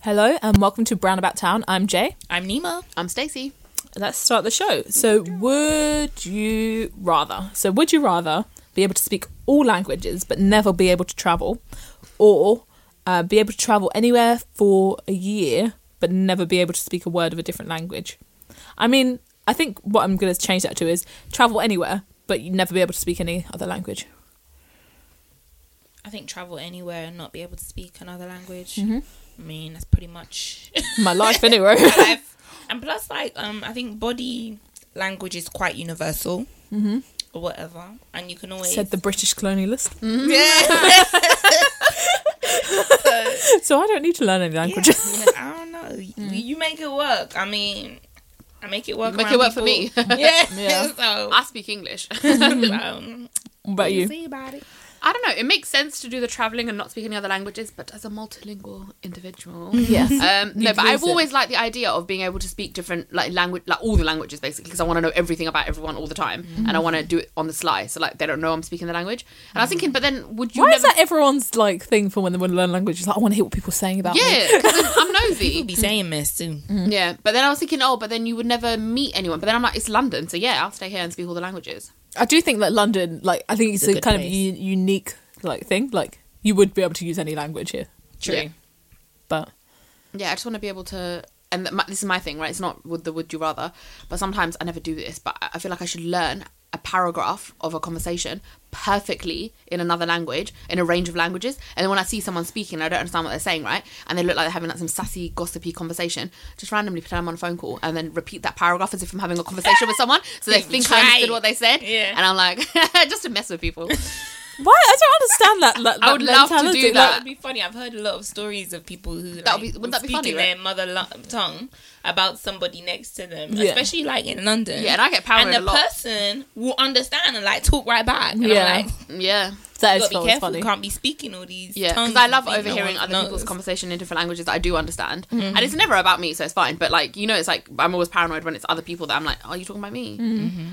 Hello and welcome to Brown About Town. I'm Jay. I'm Nima. I'm Stacey. Let's start the show. So, would you rather? So, would you rather be able to speak all languages but never be able to travel, or uh, be able to travel anywhere for a year but never be able to speak a word of a different language? I mean, I think what I'm going to change that to is travel anywhere but you never be able to speak any other language. I think travel anywhere and not be able to speak another language. I mean, that's pretty much My life, anyway. my life. And plus, like, um, I think body language is quite universal. Mm-hmm. Or whatever, and you can always Said the British colonialist. yeah. So, I don't need to learn any languages. Yeah, I don't know. You, you make it work. I mean, I make it work. Make it around work for people. me. yeah. Yeah. So, I speak English. um, What about you? see about it. I don't know. It makes sense to do the traveling and not speak any other languages, but as a multilingual individual, Yes. um, no. But lose I've it. always liked the idea of being able to speak different like language, like all the languages basically, because I want to know everything about everyone all the time, Mm-hmm. and I want to do it on the sly. So like they don't know I'm speaking the language, and I was thinking, but then would you Why never? is that everyone's like thing for when they want to learn languages? Like, I want to hear what people are saying about me. yeah, 'cause I'm- I'm nosy. People be saying this too. Mm-hmm. Yeah, but then I was thinking, oh, but then you would never meet anyone. But then I'm like, it's London, so yeah, I'll stay here and speak all the languages. I do think that London, like, I think it's, It's a a good kind of place. u- unique like thing. Like, you would be able to use any language here, True. Yeah. but Yeah, I just want to be able to. And th- my, this is my thing, right? It's not would the would you rather, but sometimes I never do this. But I I feel like I should learn a paragraph of a conversation perfectly in another language, in a range of languages. And then when I see someone speaking, I don't understand what they're saying, right? And they look like they're having like some sassy, gossipy conversation. Just randomly pretend I'm on a phone call and then repeat that paragraph as if I'm having a conversation with someone, so they think I Try understood it. what they said. Yeah. And I'm like, just to mess with people. why? I don't understand that. that I would that love to do mentality. that. Like, That'd be funny. I've heard a lot of stories of people who like, That would be- would that be speak funny, in right? their mother lo- tongue about somebody next to them, Yeah. especially like in London. Yeah, and I get And paranoid the a lot. person will understand and like talk right back. And Yeah. yeah, I'm like, yeah. that you is gotta so be careful. funny. You can't be speaking all these. Yeah, tongues because I love and things no overhearing one other people's knows. conversation in different languages that I do understand, Mm-hmm. and it's never about me, so it's fine. But like, you know, it's like I'm always paranoid when it's other people that I'm like, "Are you talking about me?"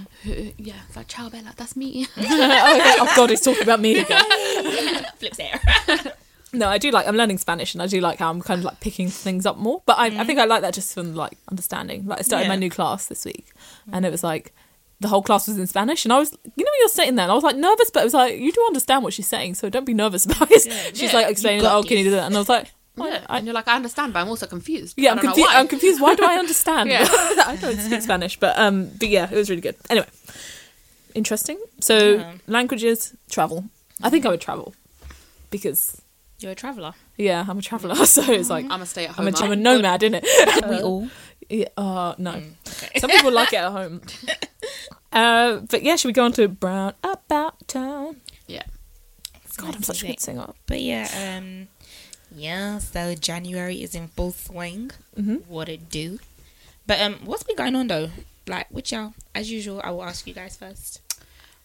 yeah, it's like "Ciao Bella, that's me." oh, Mm-hmm. yeah. oh god, he's talking about me again. Flips there. No, I do like. I'm learning Spanish, and I do like how I'm kind of like picking things up more. But I, I Mm. think I like that just from like understanding. Like I started my Yeah. new class this week, and it Mm. was like the whole class was in Spanish, and I was, you know, when you're sitting there, and I was like nervous, but it was like you do understand what she's saying, so don't be nervous about it. she's yeah, like explaining, you like, got oh, can you do that? And I was like, oh, yeah, I, and you're like, "I understand, but I'm also confused." yeah, I I'm don't know confused. why. I'm confused. Why do I understand? Yeah. I don't speak Spanish, but um, but yeah, it was really good. Anyway, interesting. So Yeah. languages, travel. I think I would travel because You're a traveler. yeah, I'm a traveler, so it's like I'm a stay-at-home. I'm a, I'm a nomad, isn't it? we all. Yeah, uh, no. Mm, Some people like it at home. Uh, but yeah, should we go on to Brown About Town? yeah, God, I'm such a good singer. But yeah, um, yeah. So January is in full swing. Mm-hmm. What it do? But um, what's been going on though? Like, which y'all, as usual, I will ask you guys first.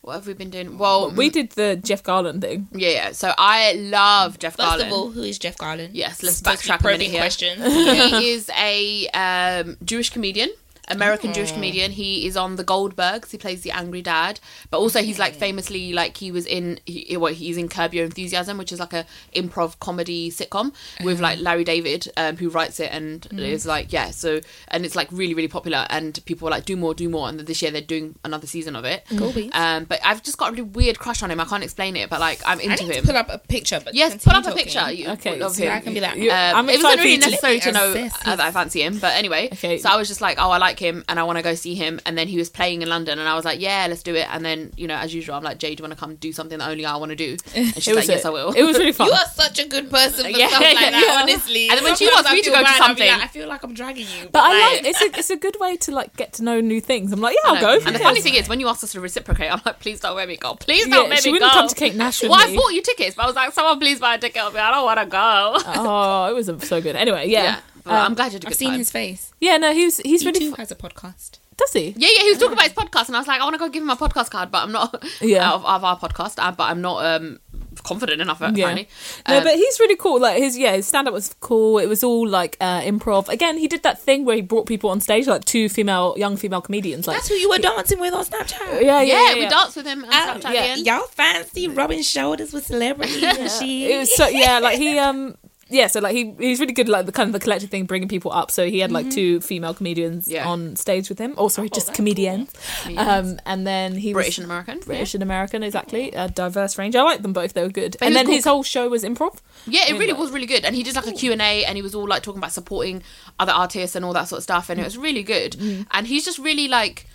what have we been doing? Well, We did the Jeff Garland thing. yeah, yeah. So I love Jeff First Garland. of all, who is Jeff Garland? Yes, let's Supposed to be backtrack a probing minute here. questions. he is a um, Jewish comedian, American Jewish comedian. He is on The Goldbergs. He plays the angry dad, but also he's like famously like he was in he, well, he's in Curb Your Enthusiasm, which is like a improv comedy sitcom with Uh-huh. like Larry David, um, who writes it and Mm. is like yeah. So and it's like really really popular, and people are like do more, do more. And this year they're doing another season of it. Cool beans. Um, but I've just got a really weird crush on him. I can't explain it, but like I'm I into need to him. pull up a picture. But Yes, pull continue up a talking. picture. You, Okay, of so him. I can be like, You- Um, I'm it excited wasn't for really you to- necessary to know Yes, yes, uh, that I fancy him, but anyway. Okay. So I was just like, oh, I like him, and I want to go see him. And then he was playing in London, and I was like, yeah, let's do it. And then, you know, as usual, I'm like, Jay, do you want to come do something that only I want to do? And she's It was like, yes, it. I will. It was really fun. You are such a good person for Yeah, stuff like yeah, that, yeah. honestly. And then when she Sometimes wants I me to feel go to bad, I'll be something- like, I feel like I'm dragging you. but I like it's a, it's a good way to like get to know new things. I'm like, yeah, I'll No. go. And the funny thing is, when you asked us to reciprocate, I'm like, please don't let me go. Please don't Yeah, let she me wouldn't go. come to Kate Nash with well, me. I bought you tickets, but I was like, someone please buy a ticket. I'll be like, I don't want to go. oh, it was so good. Anyway, yeah, yeah. But Um, I'm glad you had a good I've seen time. his face. yeah. No, he's he's He really too fu- has a podcast. does he? Yeah, yeah, he was talking about his podcast, and I was like, I want to go give him my podcast card, but I'm not Yeah. out of, of our podcast, uh, but I'm not um, confident enough apparently. No, Um, but he's really cool. Like his yeah, his stand up was cool. It was all like uh, improv. Again, he did that thing where he brought people on stage, like two female young female comedians. Like That's who you were dancing with on Snapchat. yeah, yeah, yeah, yeah, we yeah. danced with him. On Oh, Snapchat yeah. again. Y'all fancy rubbing shoulders with celebrities and It was so yeah, like he um yeah, so like he he's really good at, like the kind of the collective thing, bringing people up. So he had like two female comedians Mm-hmm. Yeah. on stage with him. Oh, sorry, just that's comedians. Um, and then he British was, and American. British and American, exactly. A diverse range. I liked them both. They were good. and was then cool. his whole show was improv. Yeah, it And, really like- was really good. And he did like a Q&A and he was all like talking about supporting other artists and all that sort of stuff and it Mm. was really good. And he's just really like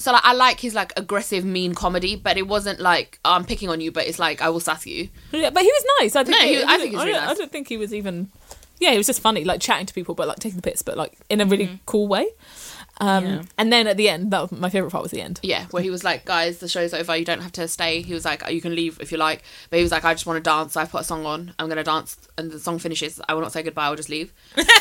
so like I like his like aggressive mean comedy, but it wasn't like "Oh, I'm picking on you, but it's like I will sass you. Yeah, but he was nice. I think. No, he, he- I think he's I, really don't, I nice. don't think he was even. Yeah, he was just funny, like chatting to people, but like taking the piss, but like in a really Mm. cool way. Um, Yeah. And then at the end, that was, my favorite part was the end. Yeah, where he was like, "Guys, the show's over. You don't have to stay." He was like, "You can leave if you like," but he was like, "I just want to dance. So I put a song on. I'm gonna dance." And the song finishes. I will not say goodbye. I'll just leave.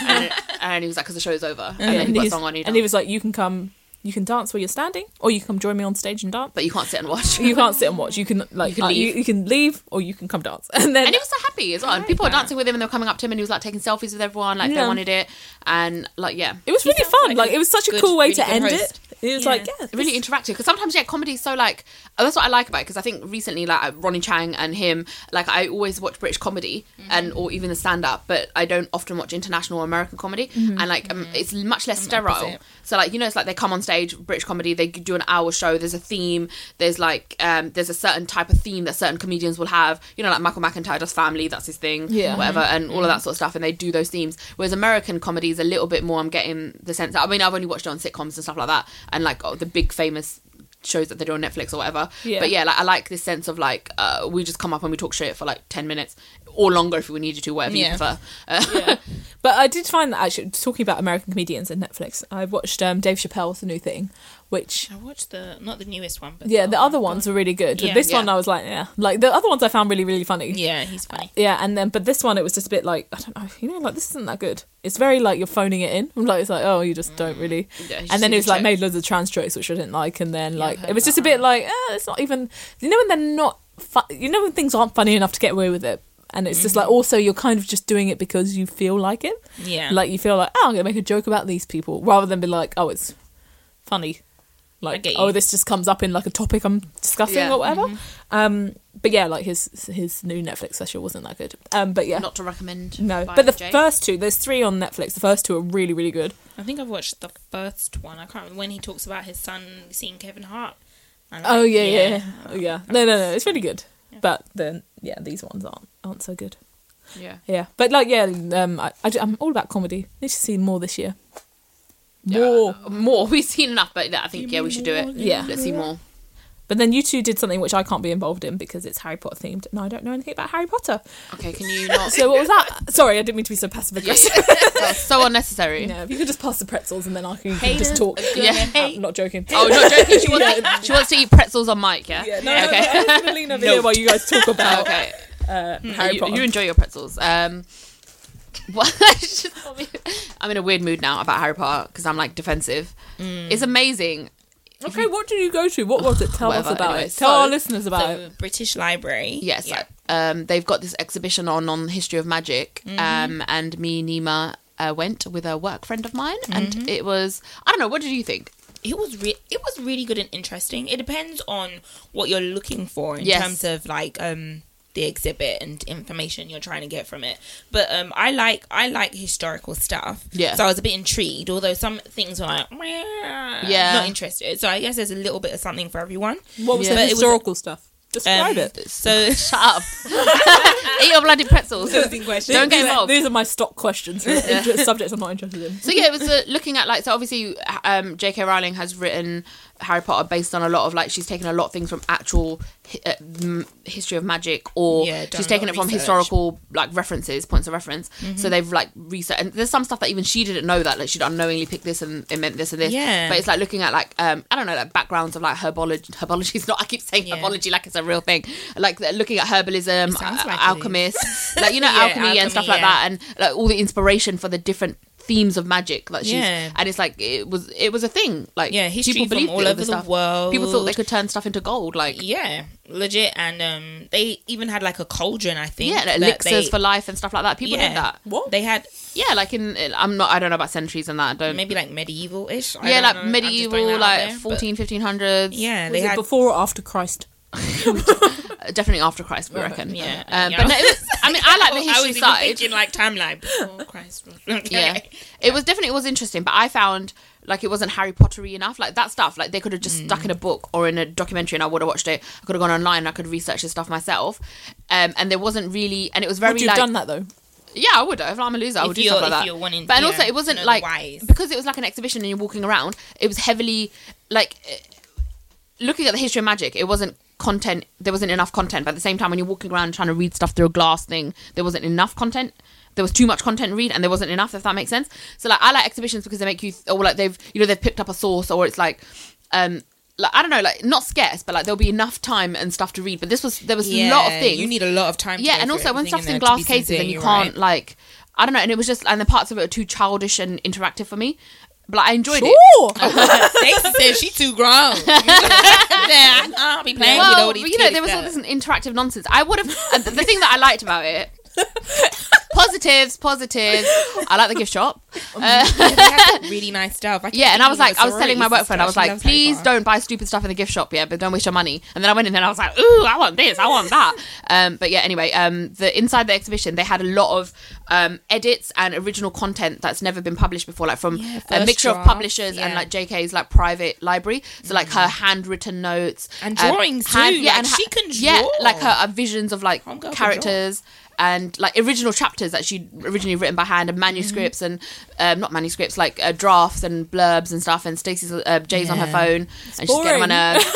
and, and he was like, "Cause the show's over." And then he put a was, song on. He and he danced. was like, "You can come, you can dance where you're standing, or you can come join me on stage and dance." but you can't sit and watch. You can't sit and watch. You can like you can can, leave. leave. You, you can leave, or you can come dance. And then and he was so happy as well. And people were that. dancing with him, and they were coming up to him, and he was like taking selfies with everyone, like Yeah. they wanted it, and like yeah, it was really sounds fun. like Like a it was such a good- cool way really to good end host. it. It was Yeah. like yeah, this- really interactive because sometimes yeah comedy's so like oh, that's what i like about it because i think recently like uh, ronnie chang and him like i always watch british comedy and or even the stand-up but i don't often watch international or american comedy and like um, it's much less sterile opposite. so like you know it's like they come on stage british comedy they do an hour show there's a theme there's like um there's a certain type of theme that certain comedians will have you know like michael mcintyre does family that's his thing Yeah. whatever and all Mm-hmm. of that sort of stuff and they do those themes whereas american comedy is a little bit more i'm getting the sense that i mean i've only watched it on sitcoms and stuff like that and like oh, the big famous shows that they do on netflix or whatever Yeah. but yeah like i like this sense of like uh, we just come up and we talk shit for like 10 minutes or longer if we needed to whatever Yeah. you prefer uh, yeah. But I did find that actually talking about American comedians and Netflix, I watched um, Dave Chappelle's new thing, which I watched the not the newest one, but yeah, the other ones were really good. Yeah. this one Yeah. I was like, yeah, like the other ones I found really really funny. Yeah, he's funny. Yeah, and then but this one it was just a bit like I don't know, you know, like this isn't that good. It's very like you're phoning it in. I'm like it's like oh you just don't really. Mm, Yeah, you and then it was just need to like check. made loads of trans jokes which I didn't like, and then like heard it was just a bit like eh, it's not even. You know when they're not, fu- you know when things aren't funny enough to get away with it, and it's just Mm-hmm. like also you're kind of just doing it because you feel like it. Yeah, Like you feel like oh I'm gonna make a joke about these people rather than be like oh it's funny. Like get oh you. this just comes up in like a topic I'm discussing Yeah. or whatever. Um, but yeah, like his his new Netflix special wasn't that good. Um, but yeah, not to recommend no. by But the Jay. first two, there's three on Netflix. The first two are really really good. I think I've watched the first one. I can't remember when he talks about his son seeing Kevin Hart. And, like, Oh yeah yeah yeah. Oh, yeah. No no no, it's really good. But then yeah, these ones aren't aren't so good. yeah Yeah, but like yeah, um, I, I am all about comedy. Need to see more this year. Yeah, More. more we've seen enough but yeah, i think yeah we should do it Yeah. let's see more But then you two did something which I can't be involved in because it's Harry Potter themed, and I don't know anything about Harry Potter. okay can you not So what was that? Sorry, I didn't mean to be so passive aggressive. That's so unnecessary No, if you could just pass the pretzels and then I can you can Haters just talk. are Yeah. gonna hate. I'm not joking. Oh, no, joking. She wants, she wants to eat pretzels on mic, yeah? Yeah, no, no, okay. no, I was gonna lean over here while you guys talk about okay. uh, Harry you, Potter. you enjoy your pretzels. Um, what? I'm in a weird mood now about Harry Potter because I'm like defensive. Mm. It's amazing. okay, what did you go to? What was it? Tell Whatever, us about anyway, it. Tell our so- listeners about it. The British Library. Yes, Yeah. um, they've got this exhibition on on the history of magic, Mm-hmm. um, and me Nima uh, went with a work friend of mine, Mm-hmm. and it was I don't know. What did you think? it was re- it was really good and interesting. It depends on what you're looking for in Yes. terms of like um the exhibit and information you're trying to get from it. But um I like I like historical stuff. Yeah. So I was a bit intrigued, although some things were like yeah, Yeah. not interested. So I guess there's a little bit of something for everyone. What was Yeah. the But it was- historical stuff? Describe Um, it. So Shut up! eat your bloody pretzels. Don't get These are- involved. These are my stock questions. Inter- subjects I'm not interested in. So yeah, it was uh, looking at like so obviously um, J.K. Rowling has written Harry Potter based on a lot of like she's taken a lot of things from actual hi- uh, m- history of magic or Yeah, done she's a taken lot it of from research. Mm-hmm. historical like references points of reference. So they've like research and there's some stuff that even she didn't know that like she'd unknowingly picked this and it meant this and this. Yeah. but it's like looking at like um, I don't know like backgrounds of like herbology. Herbology is not I keep saying Yeah. herbology like it's a real thing. Like they're looking at herbalism, It sounds uh, like it is. alchemists, like you know Yeah, alchemy, alchemy, and stuff like yeah. that and like all the inspiration for the different themes of magic that she's Yeah. and it's like it was it was a thing like Yeah, history people from believed all it, over this the stuff. world. people thought they could turn stuff into gold like yeah, yeah, legit and um they even had like a cauldron, I think. like, that elixirs they- for life and stuff like that people did that What? They had yeah like in i'm not i don't know about centuries and that I don't maybe like medieval ish. yeah like medieval like 14 1500s Yeah, Was they it had before or after Christ? Uh, definitely after Christ, we reckon. Yeah, Um, yeah. But no, it was, I mean, I like the history I was side. Even thinking like timeline. Oh Christ. Okay. yeah it was definitely it was interesting but i found like it wasn't harry pottery enough like that stuff like they could have just stuck Mm. in a book or in a documentary and i would have watched it i could have gone online and i could research the stuff myself um and there wasn't really and it was very Would you like have done that though? yeah i would have if i'm a loser i If would do you're- stuff like if that you're wanting- but and yeah, also to it wasn't know like whys. because it was like an exhibition and you're walking around it was heavily like eh, looking at the history of magic it wasn't content there wasn't enough content but at the same time when you're walking around trying to read stuff through a glass thing there wasn't enough content there was too much content to read and there wasn't enough if that makes sense so like i like exhibitions because they make you or like they've you know they've picked up a source or it's like um like i don't know like not scarce but like there'll be enough time and stuff to read but this was there was a lot of things You need a lot of time. to yeah go and through also when everything stuff's in there to be glass cases sincere, and you you're can't right. like i don't know and it was just and the parts of it are too childish and interactive for me but like, i enjoyed it Sure. Stacey says she too grown. yeah, I'll be playing with all well, these but you know, kids there was all that- this interactive nonsense. I would have. and the thing that I liked about it. positives, positives. I like the gift shop. Uh, Yeah, they had some really nice stuff. I yeah, and I was like, I was telling selling my work friend, I was like, please don't buy stupid stuff in the gift shop, yeah, but don't waste your money. And then I went in and I was like, ooh, I want this, I want that. Um, but yeah, anyway, um, the inside the exhibition, they had a lot of um, edits and original content that's never been published before, like from Yeah, a first mixture of drafts, publishers yeah. and Mm. like JK's like private library. So like her handwritten notes And um, drawings too, like, she can Yeah, draw. like her uh, visions of like Homegirl can draw. characters and like original chapters that she'd originally written by hand Mm-hmm. and manuscripts and um, not manuscripts like uh, drafts and blurbs and stuff and Stacey's uh, Jay's on her Yeah. phone and she's getting boring. on my nerves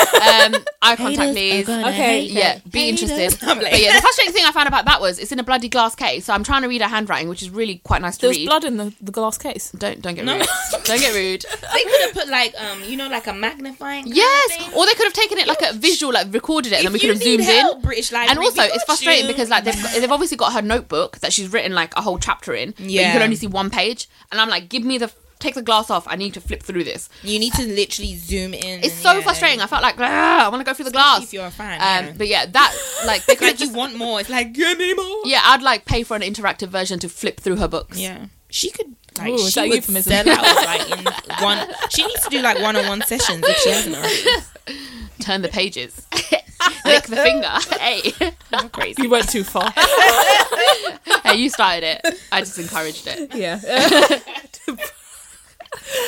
um, eye contact please Okay, yeah be interested but yeah the frustrating thing I found about that was it's in a bloody glass case so I'm trying to read her handwriting which is really quite nice to There was read blood in the, the glass case. don't don't get No. rude don't get rude They could have put like, um, you know, like a magnifying. kind of thing. yes or they could have taken it like a visual like recorded it and then we If could you have need zoomed in help, British Library, and also we it's got frustrating you. because like they've, got- they've obviously got her notebook that she's written like a whole chapter in but you Yeah. can only see one page and i'm like give me the take the glass off i need to flip through this you need to literally zoom in. it's and, so yeah, frustrating i felt like "Ah, i want to go through the glass If you're a fan, um yeah. but yeah that like they could like have you just want more. It's like give me more. yeah i'd like pay for an interactive version to flip through her books Yeah. She could like Ooh, is she that a would euphemism? sell out like in one. She needs to do like one-on-one sessions if she hasn't already. turn the pages lick the finger hey You're crazy. You went too far. hey you started it i just encouraged it yeah.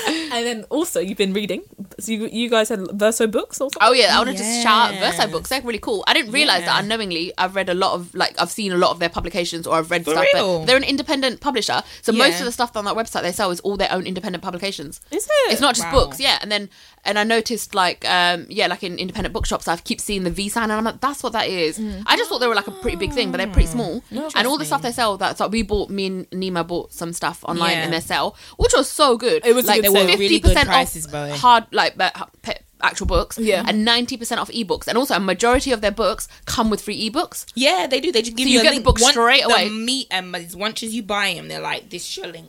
and then also you've been reading. So you you guys had Verso books also. Oh yeah, I want to just shout out Verso Yes. books. They're really cool. I didn't realize Yeah. that unknowingly I've read a lot of like I've seen a lot of their publications or I've read For stuff. But real? they're an independent publisher, so most Yeah. of the stuff on that website they sell is all their own independent publications. Is it? It's not just Wow. books, yeah. And then and I noticed like um yeah, like in independent bookshops, I keep seeing the V sign, and I'm like, that's what that is. Mm. I just thought they were like a pretty big thing, but they're pretty small. And all the stuff they sell, that's like we bought. Me and Nima bought some stuff online Yeah. in their sale, which was so good. It was a like good sale. Really good 50% prices, off by the way. hard like but ha- pe- actual books Yeah. and 90% off ebooks and also a majority of their books come with free ebooks Yeah, they do. They just give So you, you a get the link. book straight away. The meat and as once as you buy them, they're like this is your link.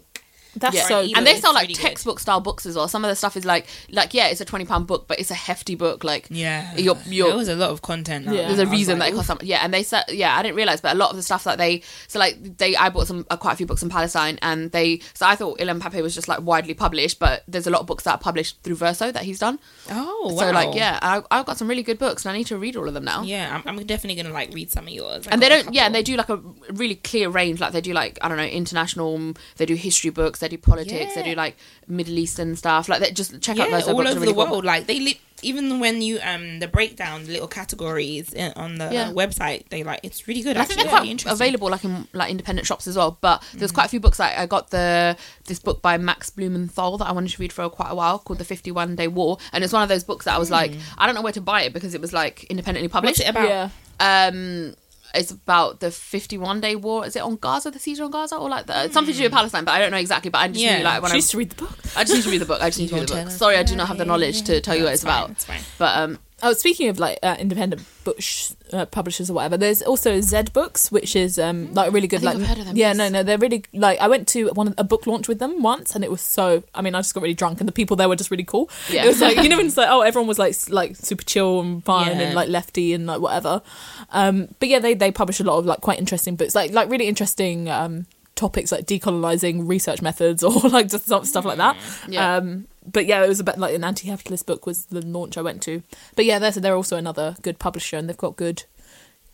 That's yeah. so. And and good. they it's sell like really good. textbook style books as well some of the stuff is like like yeah it's a 20 pound book but it's a hefty book like Yeah, your your there was a lot of content. Yeah. there's I a reason that it costs that much. Yeah, and they said, yeah, I didn't realize, but a lot of the stuff that they, so like they, I bought some uh, quite a few books in Palestine, and they, so I thought Ilan Pape was just like widely published, but there's a lot of books that are published through Verso that he's done. Oh, wow. So like, yeah, I, I've got some really good books, and I need to read all of them now. yeah. I'm, I'm definitely gonna like read some of yours. I and they got a don't yeah and couple. they do like a really clear range like they do like i don't know international they do history books they do politics they Yeah. do like middle eastern stuff like that just check out yeah, those they're all books over are really the cool. world. Like they li- even when you um the breakdown, the little categories in, on the Yeah. uh, website, they like it's really good. And I think actually. they're Really quite interesting. available, like in like independent shops as well. But there's quite a few books. Like I got the this book by Max Blumenthal that I wanted to read for quite a while, called The 51 Day War, and it's one of those books that I was like, I don't know where to buy it because it was like independently published. Mm. What's it about? Yeah. um it's about the 51 day war is it on gaza the siege on gaza or like the, it's something to do with palestine but i don't know exactly but i just Mm. Yeah. knew like when She I, used to read the book. I just need to read the book i just need to You read the gonna book tell sorry i us? do not have the knowledge to tell you what That's it's fine, about that's fine. but um Oh, speaking of like uh, independent book sh- uh, publishers or whatever, there's also Zed Books, which is um like really good. Hmm. I think like I've heard of them, yeah, yes. no, no, they're really like I went to one a book launch with them once, and it was so. I mean, I just got really drunk, and the people there were just really cool. Yeah. It was like you know when it's like oh everyone was like s- like super chill and fun Yeah. and like lefty and like whatever. Um, but yeah, they they publish a lot of like quite interesting books, like like really interesting um topics like decolonizing research methods or like just some stuff like that. Mm, Yeah. Um, but yeah, it was about like an anti-capitalist book was the launch I went to. But yeah, they're they're also another good publisher and they've got good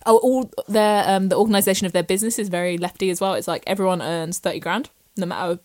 oh, all their um, the organisation of their business is very lefty as well. It's like everyone earns thirty grand, no matter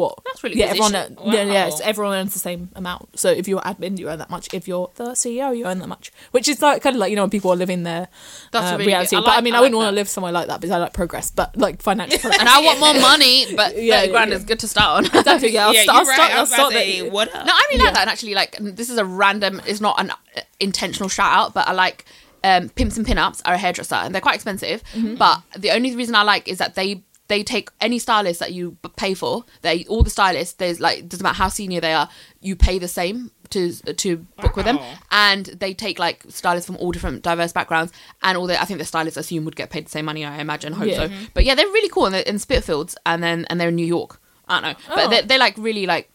what. That's really yeah. good Everyone, issue. earn- yeah, yeah. Wow. it's- everyone earns the same amount. So if you're admin, you earn that much. If you're the CEO, you earn that much. Which is like kind of like you know when people are living their That's uh, really reality. good. I but I like- mean, I I, wouldn't like want that. to live somewhere like that because I like progress, but like financial. progress. And I want more money, but Yeah, 30 grand yeah. is good to start on. no, Exactly, yeah, I'll yeah, start. I'll you're right. start. I I'll was about start to that- say, what up? I really like that. And actually, like, this is a random, it's not an uh, intentional shout out, but I like um, Pimps and Pinups are a hairdresser and they're quite expensive. But the only reason I like is that they they take any stylist that you b- pay for. They all the stylists. There's like doesn't matter how senior they are, you pay the same to to book with them, Wow. and they take like stylists from all different diverse backgrounds. And all the I think the stylists assume would get paid the same money. I imagine, hope Yeah. so. But yeah, they're really cool and they're in Spitfields, and then and they're in New York. I don't know, but Oh. they they like really like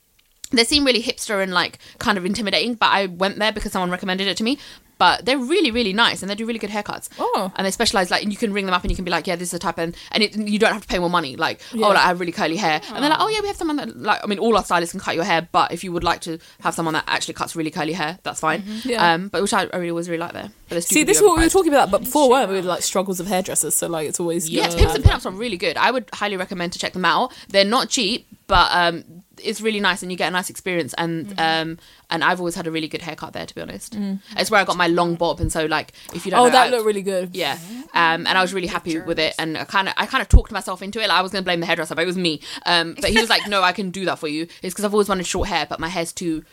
they seem really hipster and like kind of intimidating, but I went there because someone recommended it to me. But they're really, really nice, and they do really good haircuts. Oh. And they specialize like, and you can ring them up, and you can be like, "Yeah, this is the type," and and, it, you don't have to pay more money. Like, Yeah. oh, like I have really curly hair, and they're like, "Oh yeah, we have someone that like." I mean, all our stylists can cut your hair, but if you would like to have someone that actually cuts really curly hair, that's fine. Mm-hmm. Yeah. Um, but which I, I really was really like there. But they're See, this stupidly is what we were overpriced. talking about, but before weren't we? With like struggles of hairdressers, so like it's always Yeah, your- Pips and Pinups are really good. I would highly recommend to check them out. They're not cheap, but um, it's really nice and you get a nice experience. And Mm-hmm. um, and I've always had a really good haircut there, to be honest. It's where I got my long bob, and so like if you don't, Mm. Oh, know, that I- looked really good. yeah, um, and I was really happy with it, and I kind of, I kind of talked myself into it. Like I was gonna blame the hairdresser, but it was me. Um, but he was like, "No, I can do that for you." It's because I've always wanted short hair, but my hair's too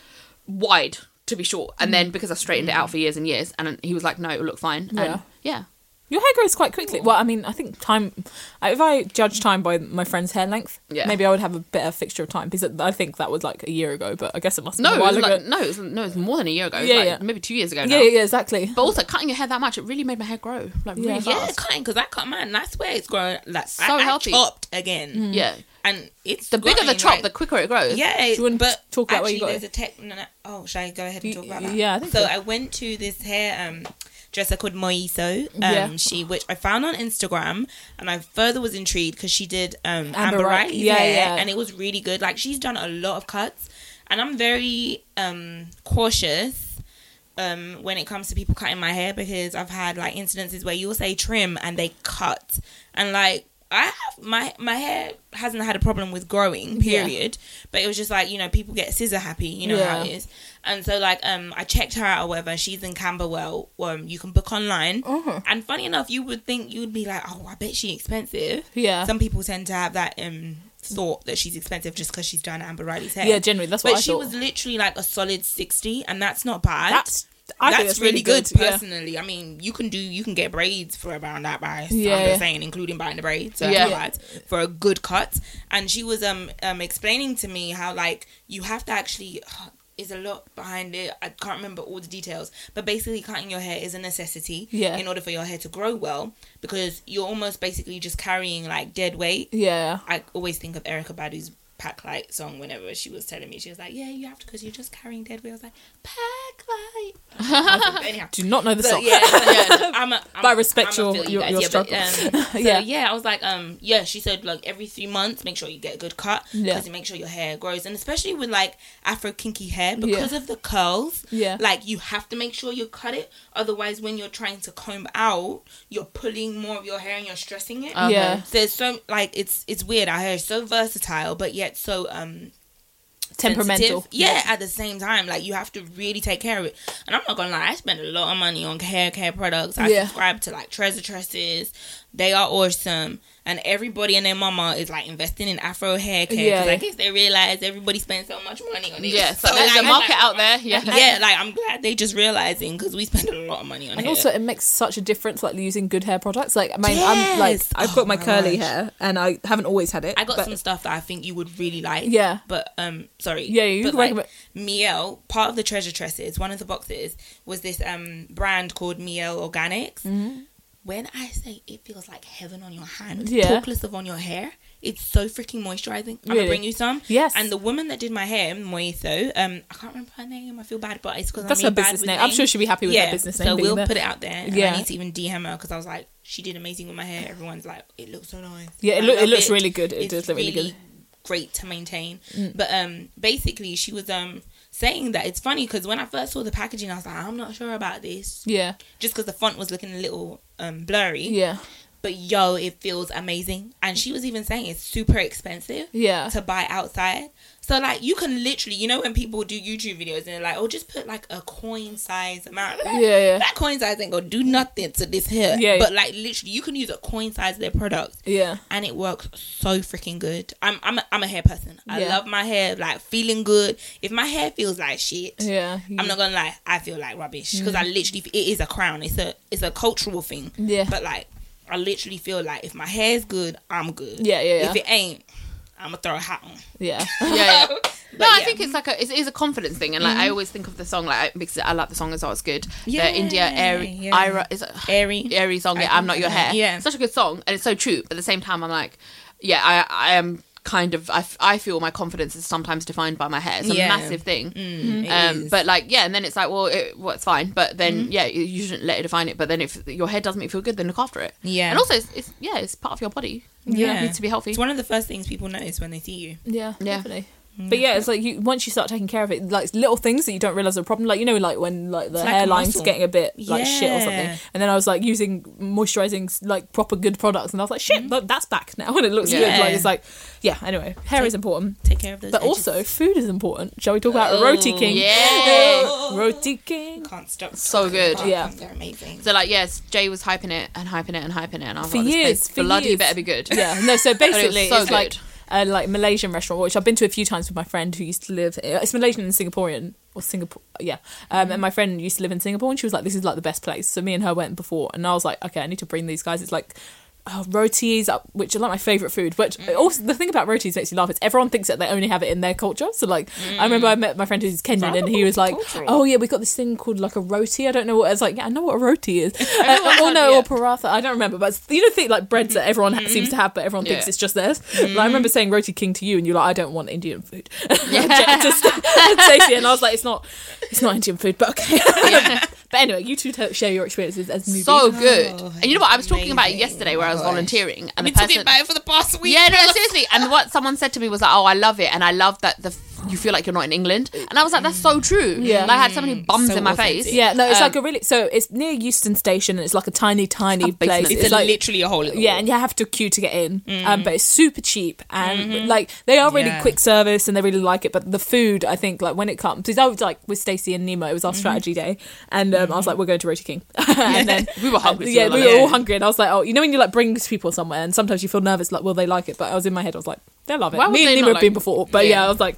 wide to be short. And Mm. then because I straightened it out for years and years, and he was like, "No, it'll look fine." Yeah. And yeah, Your hair grows quite quickly. Well, I mean, I think time. If I judge time by my friend's hair length, Yeah. maybe I would have a better fixture of time because I think that was like a year ago, but I guess it must have No, been it a was while like, ago. no, it was, no, it was more than a year ago. It was Yeah, like yeah. maybe two years ago now. Yeah, yeah, yeah, exactly. But also cutting your hair that much, it really made my hair grow like really Yeah. Yeah, fast. cutting because I cut mine. I swear it's growing like so So I, healthy. I chopped again. Mm. Yeah, and it's the bigger the growing, chop, like- the quicker it grows. Yeah, you wanna but talk about where actually, you got there's it? a tech. No, no. Oh, should I go ahead and Y- talk about y- that? yeah, I think so. so. I went to this hair um dresser called Moiso. Um, Yeah. she which I found on Instagram, and I further was intrigued because she did um Amber Amber, Riley. Riley's Yeah, hair, yeah. and it was really good. Like she's done a lot of cuts, and I'm very um cautious. Um, when it comes to people cutting my hair, because I've had like incidences where you'll say trim and they cut, and like I have my my hair hasn't had a problem with growing, Yeah. period. But it was just like you know people get scissor happy, you know how Yeah. it is. And so like um I checked her out or whatever. She's in Camberwell. Um, you can book online. Uh-huh. And funny enough, you would think you would be like, oh, I bet she's expensive. Yeah. Some people tend to have that um thought that she's expensive just because she's done Amber Riley's hair. Yeah, generally, that's what but I she thought. was literally like a solid sixty, and that's not bad. that's I that's think it's really, good, Yeah. personally. I mean, you can do you can get braids for around that price. Yeah, I'm yeah. just saying, including buying the braids. So Yeah. yeah. for a good cut. And she was um um explaining to me how like you have to actually is a lot behind it. I can't remember all the details, but basically cutting your hair is a necessity Yeah. in order for your hair to grow well because you're almost basically just carrying like dead weight Yeah. I always think of Erica Badu's Pack Light song whenever she was telling me. She was like, Yeah, you have to because you're just carrying dead weight. I was like, Pack Light. But anyhow. Do not know the So, song. yeah, yeah, I'm a, I'm But I a- respect I'm a your- feel you your- guys. your yeah, but, struggle. um, so, Yeah. yeah. I was like, um, yeah. She said like every three months, make sure you get a good cut because Yeah. it makes sure your hair grows, and especially with like Afro kinky hair because Yeah. of the curls. Yeah. like you have to make sure you cut it. Otherwise, when you're trying to comb out, you're pulling more of your hair and you're stressing it. Uh, Okay. Yeah. There's so like it's it's weird. Our hair is so versatile, but yet so um Temperamental. sensitive. Yeah, at the same time, like you have to really take care of it. And I'm not gonna lie, I spend a lot of money on hair care products. I Yeah. subscribe to like Treasure Tresses. They are awesome. And everybody and their mama is like investing in Afro hair care because Yeah. I guess they realize everybody spends so much money on it. yeah. So, there's like, a market like- out there. Yeah, Yeah, like I'm glad they just realizing because we spend a lot of money on And hair. also, it makes such a difference, like using good hair products. Like, I mean, I'm like, Yes. I've Oh got my, my curly gosh. hair, and I haven't always had it. I got but- some stuff that I think you would really like. Yeah. But um, sorry. Yeah, you but can like, recommend- Miel. Part of the treasure tresses, one of the boxes was this um brand called Miel Organics. Mm-hmm. When I say it feels like heaven on your hand, Yeah. talkless of on your hair. It's so freaking moisturizing. I'm Really? gonna bring you some. Yes. And the woman that did my hair, Moiso, um, I can't remember her name. I feel bad, but it's because That's her I'm really bad business with name. I'm names. sure she'll be happy with her business name. So being we'll there. put it out there. Yeah. Yeah. I need to even DM her because I was like, she did amazing with my hair. Everyone's like, it looks so nice. Yeah, it I loo- it love looks really good. It does look really good. Mm. Great to maintain, but um, basically she was um saying that. It's funny because when I first saw the packaging, I was like, I'm not sure about this. Yeah. Just because the font was looking a little um, blurry. Yeah. But yo, it feels amazing. And she was even saying it's super expensive Yeah. to buy outside. So like you can literally, you know, when people do YouTube videos and they're like, "Oh, just put like a coin size amount." That, yeah. That coin size ain't gonna do nothing to this hair. Yeah. But like literally, you can use a coin size of their product, Yeah. and it works so freaking good. I'm I'm a, I'm a hair person. I Yeah. love my hair, like feeling good. If my hair feels like shit, Yeah. I'm not gonna lie, I feel like rubbish because I Mm. literally it is a crown. It's a it's a cultural thing. Yeah. But like, I literally feel like if my hair's good, I'm good. Yeah, yeah, If yeah. it ain't, I'm gonna throw a hat on. Yeah. Yeah, yeah. But No, yeah. I Mm-hmm. think it's like a it's, it's a confidence thing, and like I always think of the song like I- because I like the song as well. It's good. Yeah, the India Air yeah. Ira is it- airy. airy song. I Yeah, I'm think not your so. hair. Yeah. such a good song, and it's so true. But at the same time, I'm like, yeah, I I am kind of I, f- I feel my confidence is sometimes defined by my hair. It's a Yeah. massive thing. Mm, it Um, is. Mm-hmm. but like yeah, and then it's like well, it, well it's fine. But then yeah, you, you shouldn't let it define it. But then if your hair does make you feel good, then look after it. Yeah. and also it's, it's yeah, it's part of your body. yeah, it needs to be healthy. It's one of the first things people notice when they see you. Yeah, Yeah. definitely. Mm. But yeah, it's like you once you start taking care of it, like little things that you don't realize are a problem. Like you know, like when like the It's like a hairline's muscle. getting a bit like shit or something, Yeah. and then I was like using moisturizing like proper good products, and I was like, shit, look, that's back now, and it looks good. Mm. Yeah. Like it's like, yeah. Anyway, hair is important, Take care of those. but edges. also food is important. Shall we talk about Oh, roti king? yeah. roti king. can't stop. So talking good. about Yeah. them. they're amazing. So like yes, Jay was hyping it and hyping it and hyping it, and I was For like, this years, place for bloody years. better be good. Yeah, no. So basically, so it's like good. a like Malaysian restaurant, which I've been to a few times with my friend who used to live. It's Malaysian and Singaporean, or Singapore, yeah. Um, and my friend used to live in Singapore, and she was like, "This is like the best place." So me and her went before, and I was like, "Okay, I need to bring these guys." It's like. Oh, rotis, uh, which are like my favorite food. Which also the thing about rotis makes me laugh. It's everyone thinks that they only have it in their culture. So like, I remember I met my friend who's Kenyan, and he was like, Cultural. "Oh yeah, we got this thing called like a roti. I don't know what." It's like, yeah, I know what a roti is. uh, or had- no, yeah. or paratha. I don't remember, but it's- you know, think like breads that everyone ha- seems to have, but everyone thinks Mm-hmm. Yeah. Mm-hmm. it's just theirs. Like, I remember saying roti king to you, and you're like, I don't want Indian food. Yeah. just Stacey, and I was like, it's not, it's not Indian food, but okay. but anyway, you two t- share your experiences as movies. So good. Oh, And you know what? I was talking about it amazing. yesterday where I was Gosh. volunteering, and We've the been talking person. about it for the past week. Yeah, no, seriously. And what someone said to me was like, "Oh, I love it, and I love that the f- you feel like you're not in England." And I was like, "That's so true." Yeah. And I had so many bums So in my authentic. face. yeah, no, it's Um, like a really so it's near Euston Station, and it's like a tiny, tiny a basement. place. It's, It's a, like literally a whole little Yeah, and you have to queue to get in, Mm-hmm. um, but it's super cheap and like they are really Yeah. quick service and they really like it. But the food, I think, like when it comes, because I was like with Stacey and Nemo, it Mm-hmm. was our strategy day, and um, I was like, we're going to Roti King, and then uh, We were hungry, so yeah, we were we like- were all hungry, and I was like, oh, you know when you like bring people somewhere, and sometimes you feel nervous, like will they like it? But I was in my head, I was like, they'll love it. Why would Me they and Nemo not have been like- before, but yeah. Yeah. I was like.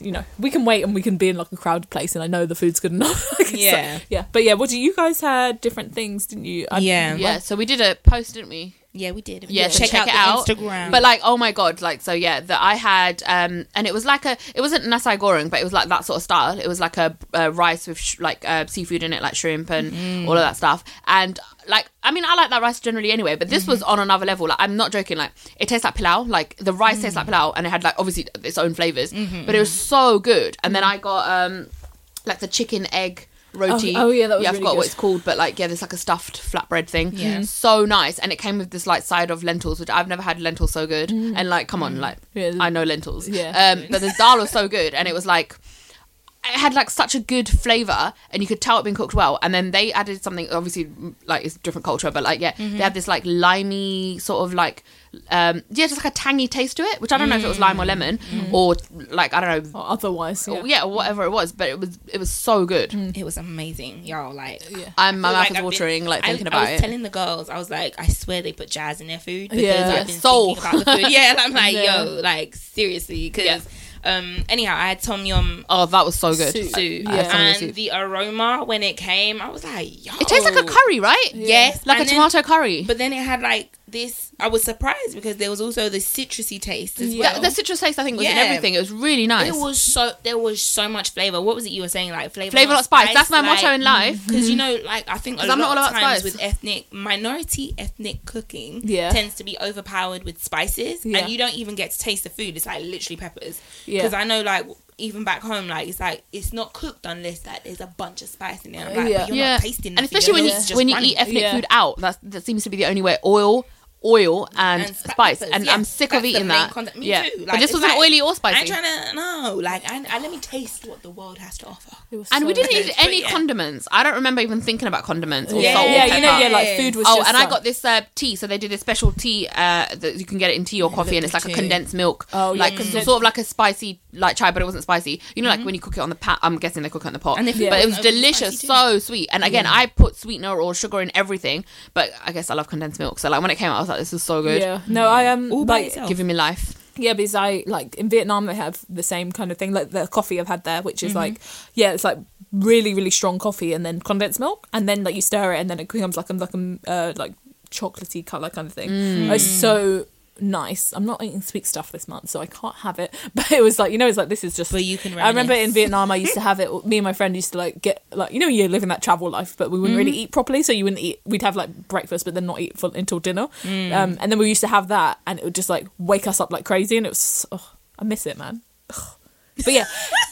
You know, we can wait and we can be in like a crowded place, and I know the food's good enough. Like, it's like- Yeah. yeah, but yeah. What do you guys had different things, didn't you? I- Yeah. yeah. So we did a post, didn't we? Yeah, we did. yeah, so check, out, it the Instagram. But like, oh my god, like so yeah, that I had, um, and it was like a, it wasn't nasai goreng, but it was like that sort of style. It was like a, uh rice with sh- like uh, seafood in it, like shrimp and Mm. all of that stuff. And like, I mean, I like that rice generally anyway, but Mm-hmm. this was on another level. Like, I'm not joking. Like, it tastes like pilau. Like the rice tastes Mm. like pilau, and it had like obviously its own flavors, Mm-hmm, but it was so good. And then I got um, like the chicken egg. Roti. Mm. Oh, oh yeah, that was yeah. I really forgot what good. it's called, but like yeah, there's like a stuffed flatbread thing. Yeah. Mhm. so nice, and it came with this like side of lentils, which I've never had lentils so good. And like, come on, like Yeah. I know lentils. Yeah. Um, but the dal was so good, and it was like it had like such a good flavor, and you could tell it been cooked well. And then they added something, obviously, m- like it's different culture, but like yeah, they had this like limey sort of like. Um, yeah, just like a tangy taste to it, which I don't know if it was lime or lemon or like I don't know, Or otherwise, yeah. or whatever it was, but it was it was so good. it was amazing, y'all. Like, Yeah. I'm my feel mouth like is I've been- watering, like I- thinking I about was it. telling the girls, I was like, I swear they put jazz in their food because Yeah. I've been Soul. thinking about the food. Yeah, and I'm like, Yeah. yo, like seriously, because Yeah. um, anyhow, I had tom yum oh, that was so good. Soup. Like, soup, I had tom yum and soup. the aroma when it came, I was like, yo, It tastes like a curry, right? Yes, like and a then- tomato curry. But then it had like this. I was surprised because there was also the citrusy taste as Yeah. well. the, the citrus taste, I think, was in Yeah. everything. It was really nice. It was so there was so much flavor. What was it you were saying? Like flavor, flavor, not spice. That's my motto in life. Because you know, like I think a 'Cause lot I'm not all of about times spice. with ethnic minority ethnic cooking Yeah. tends to be overpowered with spices, Yeah. and you don't even get to taste the food. It's like literally peppers. Yeah. Because I know, like even back home, like it's like it's not cooked unless like there's a bunch of spice in there. I'm Like, Yeah. but you're not tasting, and nothing. especially when Your you nose is just when you running. eat ethnic Yeah. food out, that that seems to be the only way. Oil, oil and, and scrap spice, peppers. and Yeah, I'm sick of that's the eating main that. content. Me yeah, too. but this it's wasn't oily or spicy. I'm trying to no, like I, I let me taste what the world has to offer. and we didn't good, eat but any yeah. condiments. I don't remember even thinking about condiments or Yeah, salt. or yeah, you know, yeah, pepper. like food was. Oh, just and I like- got this uh, tea. So they do this special tea uh, that you can get it in tea or coffee, and it's like a tea. condensed milk. Oh, yeah, like 'cause sort of like a spicy like chai, but it wasn't spicy. You know, Mm-hmm. like when you cook it on the pan. I'm guessing they cook it on the pot, And if it but it was wasn't overly delicious, spicy too. so sweet. And again, I put sweetener or sugar in everything, but I guess I love condensed milk. So like when it came out, I was like, this is so good. Yeah, no, I am. All Um, by like, itself. Giving me life. Yeah, because I like in Vietnam they have the same kind of thing, like the coffee I've had there, which is like yeah, it's like really really strong coffee and then condensed milk, and then like you stir it and then it becomes like a like a uh, like chocolatey color kind of thing. It's so nice. I'm not eating sweet stuff this month, so I can't have it. But it was like you know, it's like this is just. But you can I remember reminisce. in Vietnam I used to have it. Me and my friend used to like get like you know you're living that travel life, but we wouldn't really Mm. eat properly, so you wouldn't eat. We'd have like breakfast, but then not eat for, until dinner. Mm. Um, and then we used to have that, and it would just like wake us up like crazy, and it was oh, I miss it, man. Ugh. But yeah,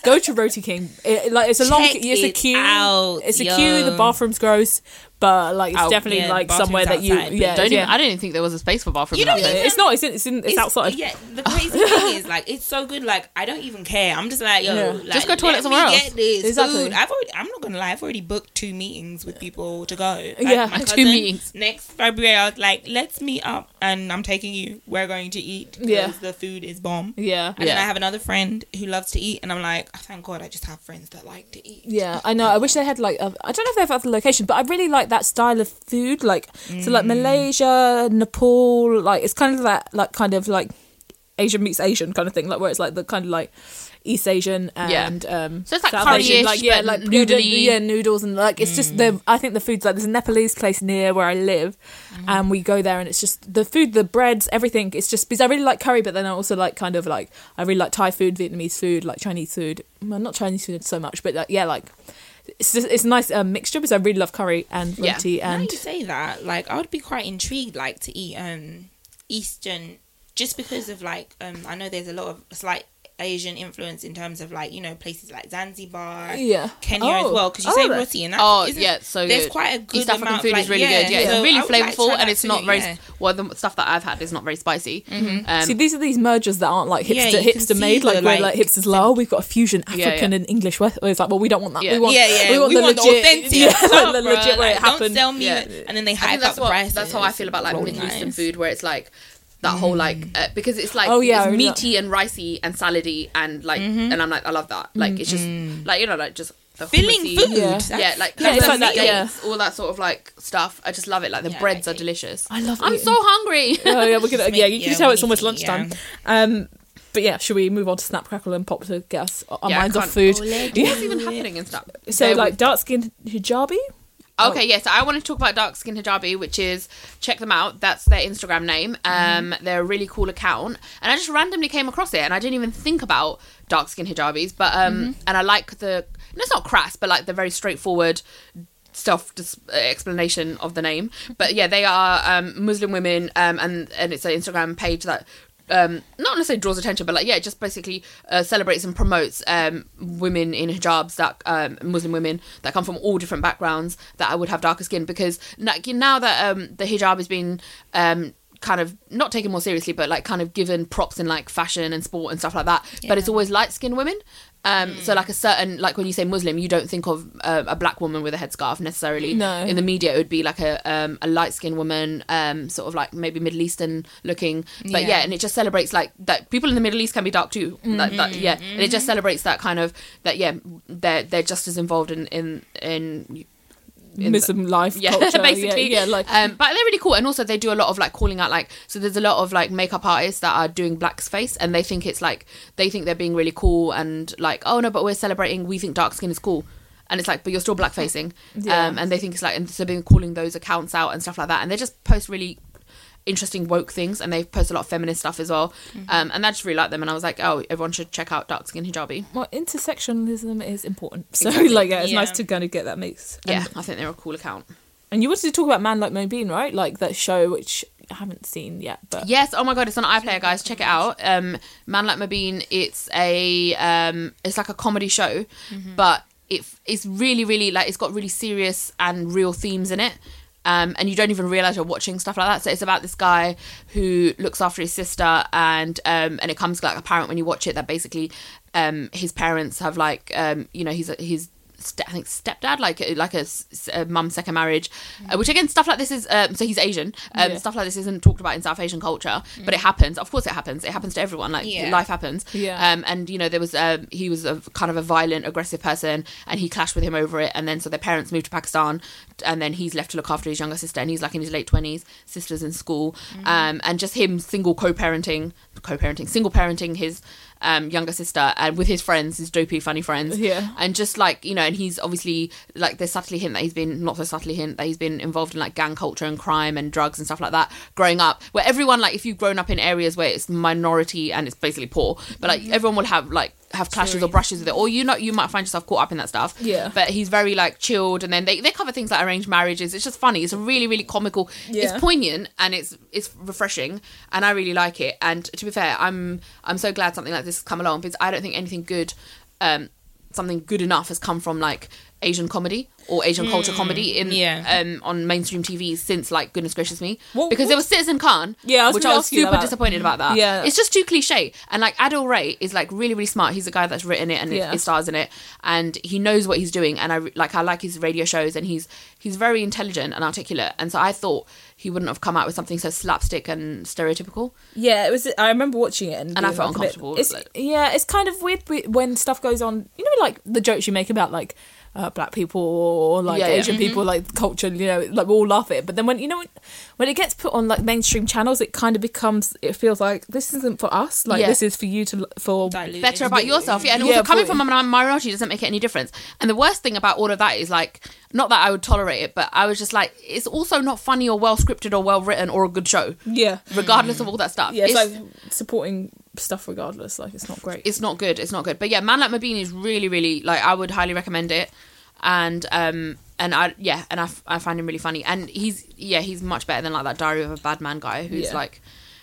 go to Roti King. It, it- like it's a long, Check it's a it queue. out, it's a queue. The yo. Oh, bathroom's gross, but like it's Out, definitely yeah, the like bathroom's somewhere that you outside, but yeah. Don't yeah. even. I didn't even think there was a space for bathroom. You know back what? then. it's not. It's in, it's in. It's, outside. Yeah, the crazy thing is, like, it's so good. Like, I don't even care. I'm just like, yo, Yeah. like, Just go toilet let somewhere me else. Get this Exactly. food. I've already. I'm not gonna lie. I've already booked two meetings with people to go. Like, Yeah, my two cousin, meetings. next February. I was like, let's meet up, and I'm taking you. We're going to eat. 'cause Yeah. the food is bomb. Yeah. And then Yeah. I have another friend who loves to eat, and I'm like, oh, thank God, I just have friends that like to eat. Yeah, I know. I wish they had like I I don't know if they have other location, but I really like that style of food. Like so, Mm. like Malaysia, Nepal. Like it's kind of that like kind of like Asian meets Asian kind of thing. Like where it's like the kind of like East Asian Yeah. and um, So it's like South curry-ish, Asian, like yeah, but like noodle, noodly. yeah, noodles and like it's just Mm. the I think the food's like there's a Nepalese place near where I live, Mm-hmm. and we go there and it's just the food, the breads, everything. It's just because I really like curry, but then I also like kind of like I really like Thai food, Vietnamese food, like Chinese food. Well, not Chinese food so much, but like, yeah, like it's just, it's a nice um, mixture because I really love curry and Yeah. roti now and you say that, like I would be quite intrigued, like to eat um Eastern, just because of like um I know there's a lot of slight Asian influence in terms of like you know places like Zanzibar, Yeah. Kenya Oh. as well. Because you Oh, say that- roti and that Oh isn't- yeah, it's so there's good. quite a good East African amount, food like, is really good. so Yeah, it's really I would like to flavorful try and that it's not too, very. yeah. Well, the stuff that I've had is not very spicy. Um, Mm-hmm. See, these are these mergers that aren't like Yeah, hipster, you can hipster see made, the, like, where like like, hipsters like, oh, we've got a fusion African Yeah, yeah. and English. Where where it's like, well, we don't want that. Yeah. We want, yeah, yeah. we want the legit, authentic. yeah, stuff, like, the bruh. legit way Like, it happened. Don't sell me, Yeah. and then they I hype think up that's the what prices. that's how I feel about like Rolling Middle Eastern eyes. food, where it's like that whole like uh, because it's like Oh, yeah, I it's really Mm-hmm. meaty and ricey and salady and like and I'm like I love that. Like it's just like you know like just the Filling hummusy- food. Yeah. That's- Yeah, like Yeah, it's hummus, like that, yeah. dates, all that sort of like stuff. I just love it. Like the Yeah, I breads like are it. delicious. I love I'm eating. so hungry. oh yeah, we're gonna. Just Yeah, make- you can yeah, tell we it's need almost to eat, lunchtime. Um, but yeah, should we move on to snap crackle and pop to get us our Yeah, I minds off can't- food? oh, Yeah. What's even happening and stuff? So There like dark skinned hijabi. Okay, yes, I want to talk about Dark Skin Hijabi, which is check them out. That's their Instagram name. Um, they're a really cool account, and I just randomly came across it, and I didn't even think about Dark Skin Hijabis, but um, and I like the no, it's not crass, but like the very straightforward self dis- uh, explanation of the name. But yeah, they are um, Muslim women, um, and and it's an Instagram page that. Um, not necessarily draws attention, but like yeah, it just basically uh, celebrates and promotes um, women in hijabs that um, Muslim women that come from all different backgrounds that I would have darker skin because na- now that um, the hijab has been um, kind of not taken more seriously, but like kind of given props in like fashion and sport and stuff like that. But it's always light skinned women. Um, So like a certain like when you say Muslim, you don't think of uh, a black woman with a headscarf necessarily. No. In the media, it would be like a um, a light skinned woman, um, sort of like maybe Middle Eastern looking. But yeah. Yeah. and it just celebrates like that. People in the Middle East can be dark too. Like that, yeah, and it just celebrates that kind of that. Yeah, they're they're just as involved in in in in- Muslim life yeah, culture, basically. yeah, yeah, like um, but they're really cool, and also they do a lot of like calling out like. So there's a lot of like makeup artists that are doing blackface, and they think it's like they think they're being really cool and like, oh no, but we're celebrating. We think dark skin is cool, and it's like, but you're still blackfacing, Yeah. um, and they think it's like, and so they've been calling those accounts out and stuff like that, and they just post really interesting woke things, and they post a lot of feminist stuff as well, Mm-hmm. um, and I just really like them, and I was like, oh, everyone should check out dark skin hijabi. well, intersectionalism is important. So like yeah, it's Yeah. nice to kind of get that mix. And- Yeah, I think they're a cool account. And you wanted to talk about Man Like Mobeen, right? Like that show which I haven't seen yet, but Yes, oh my god, it's on iPlayer, guys. Check it out. Um, Man Like Mabeen. It's a um, it's like a comedy show, but it it's really really like it's got really serious and real themes in it. Um, and you don't even realize you're watching stuff like that. So it's about this guy who looks after his sister, and um, and it comes like apparent when you watch it that basically um, his parents have like um, you know he's a, he's ste- I think stepdad like like a, s- s- a mum second marriage, uh, which again stuff like this is um, so he's Asian. Um, Yeah. Stuff like this isn't talked about in South Asian culture, but it Mm. happens. Of course, it happens. It happens to everyone. Like Yeah. life happens. Yeah. Um, and you know there was um, he was a kind of a violent, aggressive person, and he clashed with him over it. And then so their parents moved to Pakistan, and then he's left to look after his younger sister, and he's like in his late twenties. Sister's in school, Mm. um, and just him single co-parenting, co-parenting, single parenting his um, younger sister, and with his friends, his dopey, funny friends Yeah. and just like you know and he's obviously like there's subtly hint that he's been not so subtly hint that he's been involved in like gang culture and crime and drugs and stuff like that growing up where everyone like if you've grown up in areas where it's minority and it's basically poor but like Mm-hmm. everyone will have like have clashes or Stories. brushes with it or you know you might find yourself caught up in that stuff Yeah. but he's very like chilled and then they, they cover things like arranged marriages it's just funny it's a really really comical Yeah. it's poignant and it's it's refreshing and i really like it and to be fair i'm i'm so glad something like this has come along because i don't think anything good um something good enough has come from like asian comedy or asian Hmm, culture comedy in yeah. um on mainstream tv since like goodness gracious me What- because there was citizen khan Yeah, I was which gonna i was ask you super about- disappointed about that Yeah. it's just too cliche and like adil ray is like really really smart he's the guy that's written it and Yeah. it stars in it and he knows what he's doing and i re- like i like his radio shows and he's he's very intelligent and articulate and so i thought he wouldn't have come out with something so slapstick and stereotypical Yeah, it was. I remember watching it, and, And I being felt like a bit- uncomfortable, It's, like- yeah, it's kind of weird we- when stuff goes on. You know, like the jokes you make about like uh, black people or like Yeah, Mm-hmm. yeah. Asian people, like culture. You know, like we all laugh at it, but then when you know when, when it gets put on like mainstream channels, it kind of becomes. It feels like this isn't for us. Like Yeah. this is for you to l- for. Diluted. better about yourself. Yeah, and Yeah, also coming probably. from a minority doesn't make it any difference. And the worst thing about all of that is like, not that I would tolerate it, but I was just like, it's also not funny or well scripted or well written or a good show, Yeah, regardless of all that stuff. yeah. It's, It's- like supporting stuff regardless. Like it's not great. it's not good. It's not good. But yeah, Man Like Mabini is really, really like I would highly recommend it. And um and I yeah, and I, f- I find him really funny. And he's yeah, he's much better than like that Diary of a Bad Man guy who's Yeah. like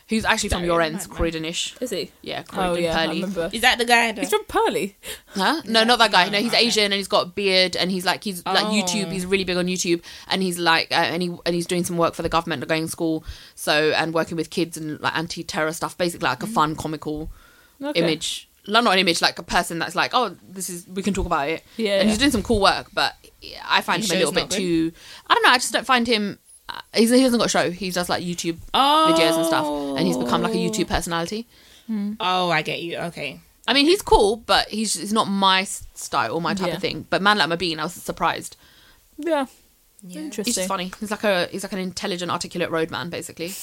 who's actually from Diary your of a ends, Bad Man. Croydonish. Is he? Yeah, Croydon Oh yeah, I Pearly. remember. Is that the guy? though? He's from Pearly. Huh? No, No, not that guy. No, no, he's okay. Asian and he's got a beard and he's like he's like Oh. YouTube. He's really big on YouTube and he's like uh, and he and he's doing some work for the government, going to school, so and working with kids and like anti-terror stuff. Basically, like a Mm. fun, comical Okay. image. Like, not an image, like a person that's like, oh, this is we can talk about it. Yeah, and he's yeah. doing some cool work, but I find His him a show's little not bit good? too. I don't know. I just don't find him. uh, He's, he hasn't got a show. He does like YouTube oh. videos and stuff, and he's become like a YouTube personality. Oh, I get you. Okay. I mean, he's cool, but he's he's not my s- style or my type Yeah. of thing. But man like Mabeen, I was surprised. Yeah. He's Interesting. just funny. He's like a he's like an intelligent, articulate roadman, basically.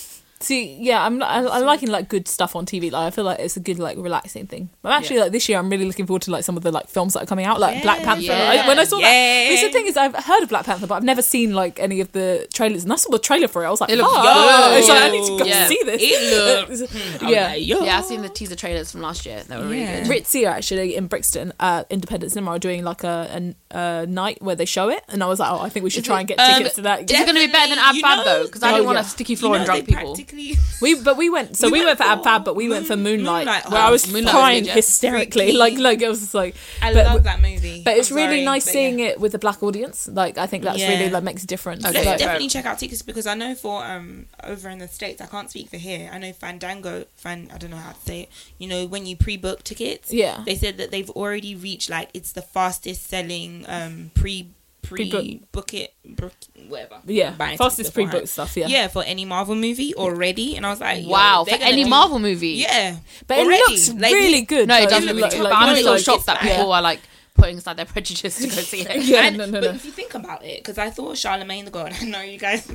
See, yeah, I'm I, I'm liking like good stuff on TV. Like I feel like it's a good like relaxing thing. But actually, like this year, I'm really looking forward to like some of the like films that are coming out, like Black Yeah. Panther. Yeah. I, when I saw that, Yeah. because the thing is, I've heard of Black Panther, but I've never seen like any of the trailers. And I saw the trailer for it. I was like, It looks "Fuck." good. It's like, I need to go Yeah. Hmm, see this. It looked. It's- I was yeah. like, yo. Yeah, I've seen the teaser trailers from last year. They were really Yeah. good. Ritzia actually in Brixton, uh, Independent Cinema are doing like a, a, a night where they show it, and I was like, oh, I think we should Is try it- and get um, tickets to that. Is it going to be better than Ab You Fab know- though? Because I Oh, don't want yeah. a sticky You floor know, and they drug people. practically. We but we went so we, We went, went for Ab for Fab, but we went for Moon- Moonlight, Moonlight. where I was Moonlight was crying legit. hysterically. Freaky. Like like it was just like I but, love that movie. But it's I'm really sorry, nice but seeing yeah. it with a black audience. Like I think that's Yeah. really like makes a difference. Okay. Let's Like, Yeah. definitely check out tickets because I know for um over in the states I can't speak for here. I know Fandango, Fan I don't know how to say it. You know when you pre-book tickets, Yeah. they said that they've already reached like it's the fastest selling um pre pre Pre-book. book it book, whatever yeah, buying tickets fastest pre beforehand. booked stuff. Yeah, yeah for any Marvel movie already, and I was like yo, Wow, they're for gonna any do- Marvel movie. yeah, but it already. looks Like, really good. No, it though. does look look really like- good. But like, I'm it's still like- shocked that yeah. people are like putting aside their prejudice to go see it. Yeah, And- no, no, but no. if you think about it, because I thought Charlemagne the God, I know you guys,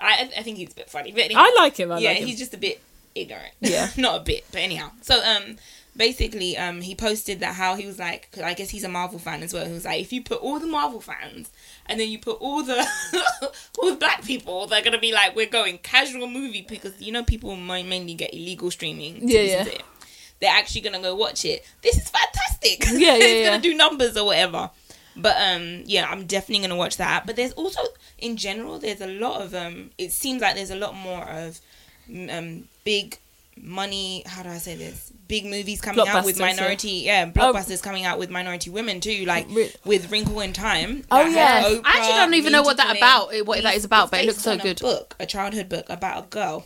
I, I think he's a bit funny, but anyway. I like him. I yeah, like him. he's just a bit ignorant. Yeah. not a bit, but anyhow. So um, basically um, he posted that how he was like, 'cause I guess he's a Marvel fan as well. He was like, if you put all the Marvel fans and then you put all the all the black people, they're gonna be like, we're going casual movie because you know people mi- mainly get illegal streaming. to Yeah, listen yeah. to it. They're actually gonna go watch it. This is fantastic. Yeah, yeah, it's yeah. gonna do numbers or whatever. But um yeah, I'm definitely gonna watch that. But there's also in general there's a lot of um it seems like there's a lot more of um big money. How do I say this? Big movies coming out with Blockbusters, yeah. minority, yeah, blockbusters Oh. coming out with minority women too, like Re- with Wrinkle in Time. Oh, had yes. Oprah, I actually don't even know Mindy what that Kaling. about, what that is about, It's but it looks based so on a good. book, a childhood book about a girl.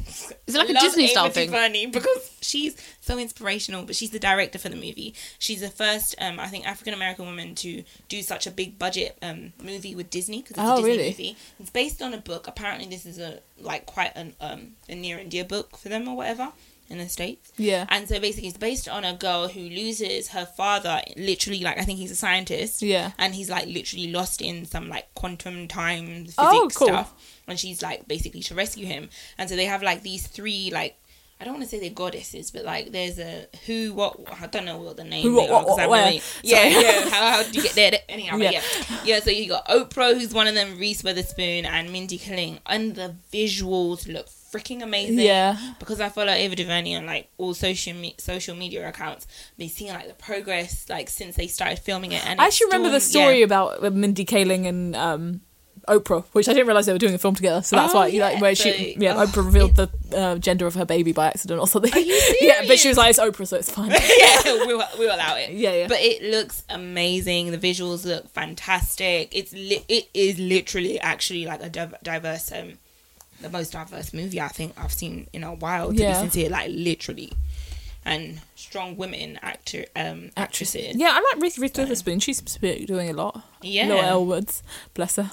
Is it like a Disney style thing? Funny because she's so inspirational, but she's the director for the movie. She's the first, um, I think, African American woman to do such a big budget um, movie with Disney because it's Oh, a Disney really? movie. It's based on a book. Apparently, this is a like quite an um, a near and dear book for them or whatever in the states. Yeah. And so basically, it's based on a girl who loses her father. Literally, like I think he's a scientist. Yeah. And he's like literally lost in some like quantum time physics Oh, cool. stuff. And she's like basically to rescue him. And so they have like these three like. I don't want to say they're goddesses, but like there's a who, what, I don't know what the name Who, what, they are, what, 'cause I what, really- where? yeah, Sorry. yeah. How, how do you get there? Anyhow, but Yeah. yeah. yeah, So you got Oprah, who's one of them, Reese Witherspoon, and Mindy Kaling, and the visuals look freaking amazing Yeah. because I follow Ava DuVernay on like all social me- social media accounts, they seen like the progress like since they started filming it. And I it's actually remember the still- yeah. story about uh, Mindy Kaling and um, Oprah, which I didn't realize they were doing a film together. So that's Oh, why, like, yeah, where so- she, yeah, oh, Oprah revealed the uh, gender of her baby by accident or something. you yeah, but she was serious? like, "It's Oprah, so it's fine." yeah, we'll, we'll allow it. Yeah, yeah. But it looks amazing. The visuals look fantastic. It's li- it is literally actually like a div- diverse, um, the most diverse movie I think I've seen in a while. To Yeah. be sincere, like literally, and strong women actor um actresses. Yeah, I like Reese Reese Witherspoon. She's been doing a lot. Yeah. Laura Elwoods, bless her.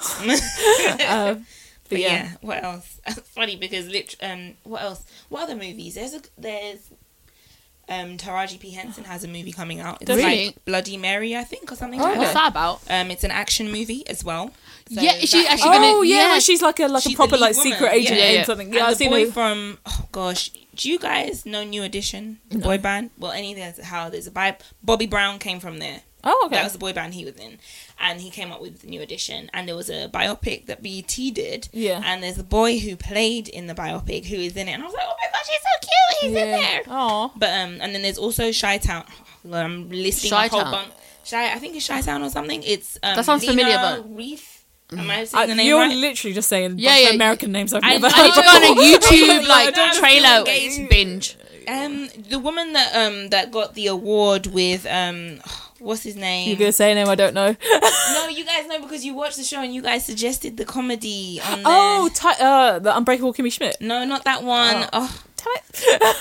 um, But but yeah. yeah. what else? Funny because lit- um, what else? What other movies? There's a there's um Taraji P Henson has a movie coming out. It's Does she? like Bloody Mary, I think, or something Oh, like What's okay. that. that about? Um, it's an action movie as well. So Yeah, is she that- actually gonna- Oh yeah, yeah. where she's like a like She's a proper the like lead secret woman, agent yeah. in Yeah, yeah. something. And Yeah, I've the seen boy her. from oh gosh, do you guys know New Edition the boy band? Well, any there's how there's a vibe. Bobby Brown came from there. Oh okay. That was the boy band he was in, and he came up with New Edition. And there was a biopic that BET did. Yeah. And there's a boy who played in the biopic who is in it, and I was like, oh my gosh, he's so cute. He's in yeah. there. Oh. But um, and then there's also Shy Town. I'm listing a whole Chi-Town. bunch. Shy, I think it's Shy Town or something. It's um, That sounds Lena familiar, but- Reef. Am I saying I, the name Mm-hmm. Uh, you're right? literally just saying Yeah, yeah, yeah, American names I've I- never I I heard need to go on a before. YouTube like Don't trailer engage. binge. Um, the woman that um that got the award with um, what's his name? You're gonna say a name I don't know. No, you guys know because you watched the show and you guys suggested the comedy on there. oh, Ty- uh, the Unbreakable Kimmy Schmidt. no, not that one. Oh. Damn it.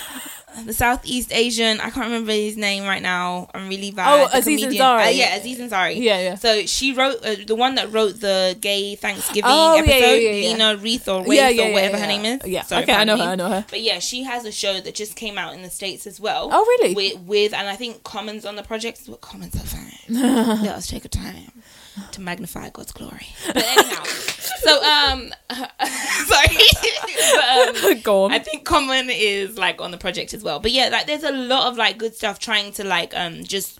the Southeast Asian. I can't remember his name right now. I'm really bad. Oh, The Aziz comedian. Ansari. Uh, yeah, Aziz Ansari. Yeah, yeah. So she wrote uh, the one that wrote the gay Thanksgiving Oh, yeah, episode, yeah, yeah, yeah. Lena Reith or Wraith Yeah, yeah, or yeah, whatever yeah. her name is. Yeah. Sorry, Okay, I know her, pardon me. I know her. But yeah, she has a show that just came out in the states as well. Oh, really? With, with and I think Commons on the project. What Commons are fine. Let us take a time to magnify God's glory. But anyhow, so um, sorry. but, um, go on. I think Common is like on the project as well. But yeah, like there's a lot of like good stuff trying to like um just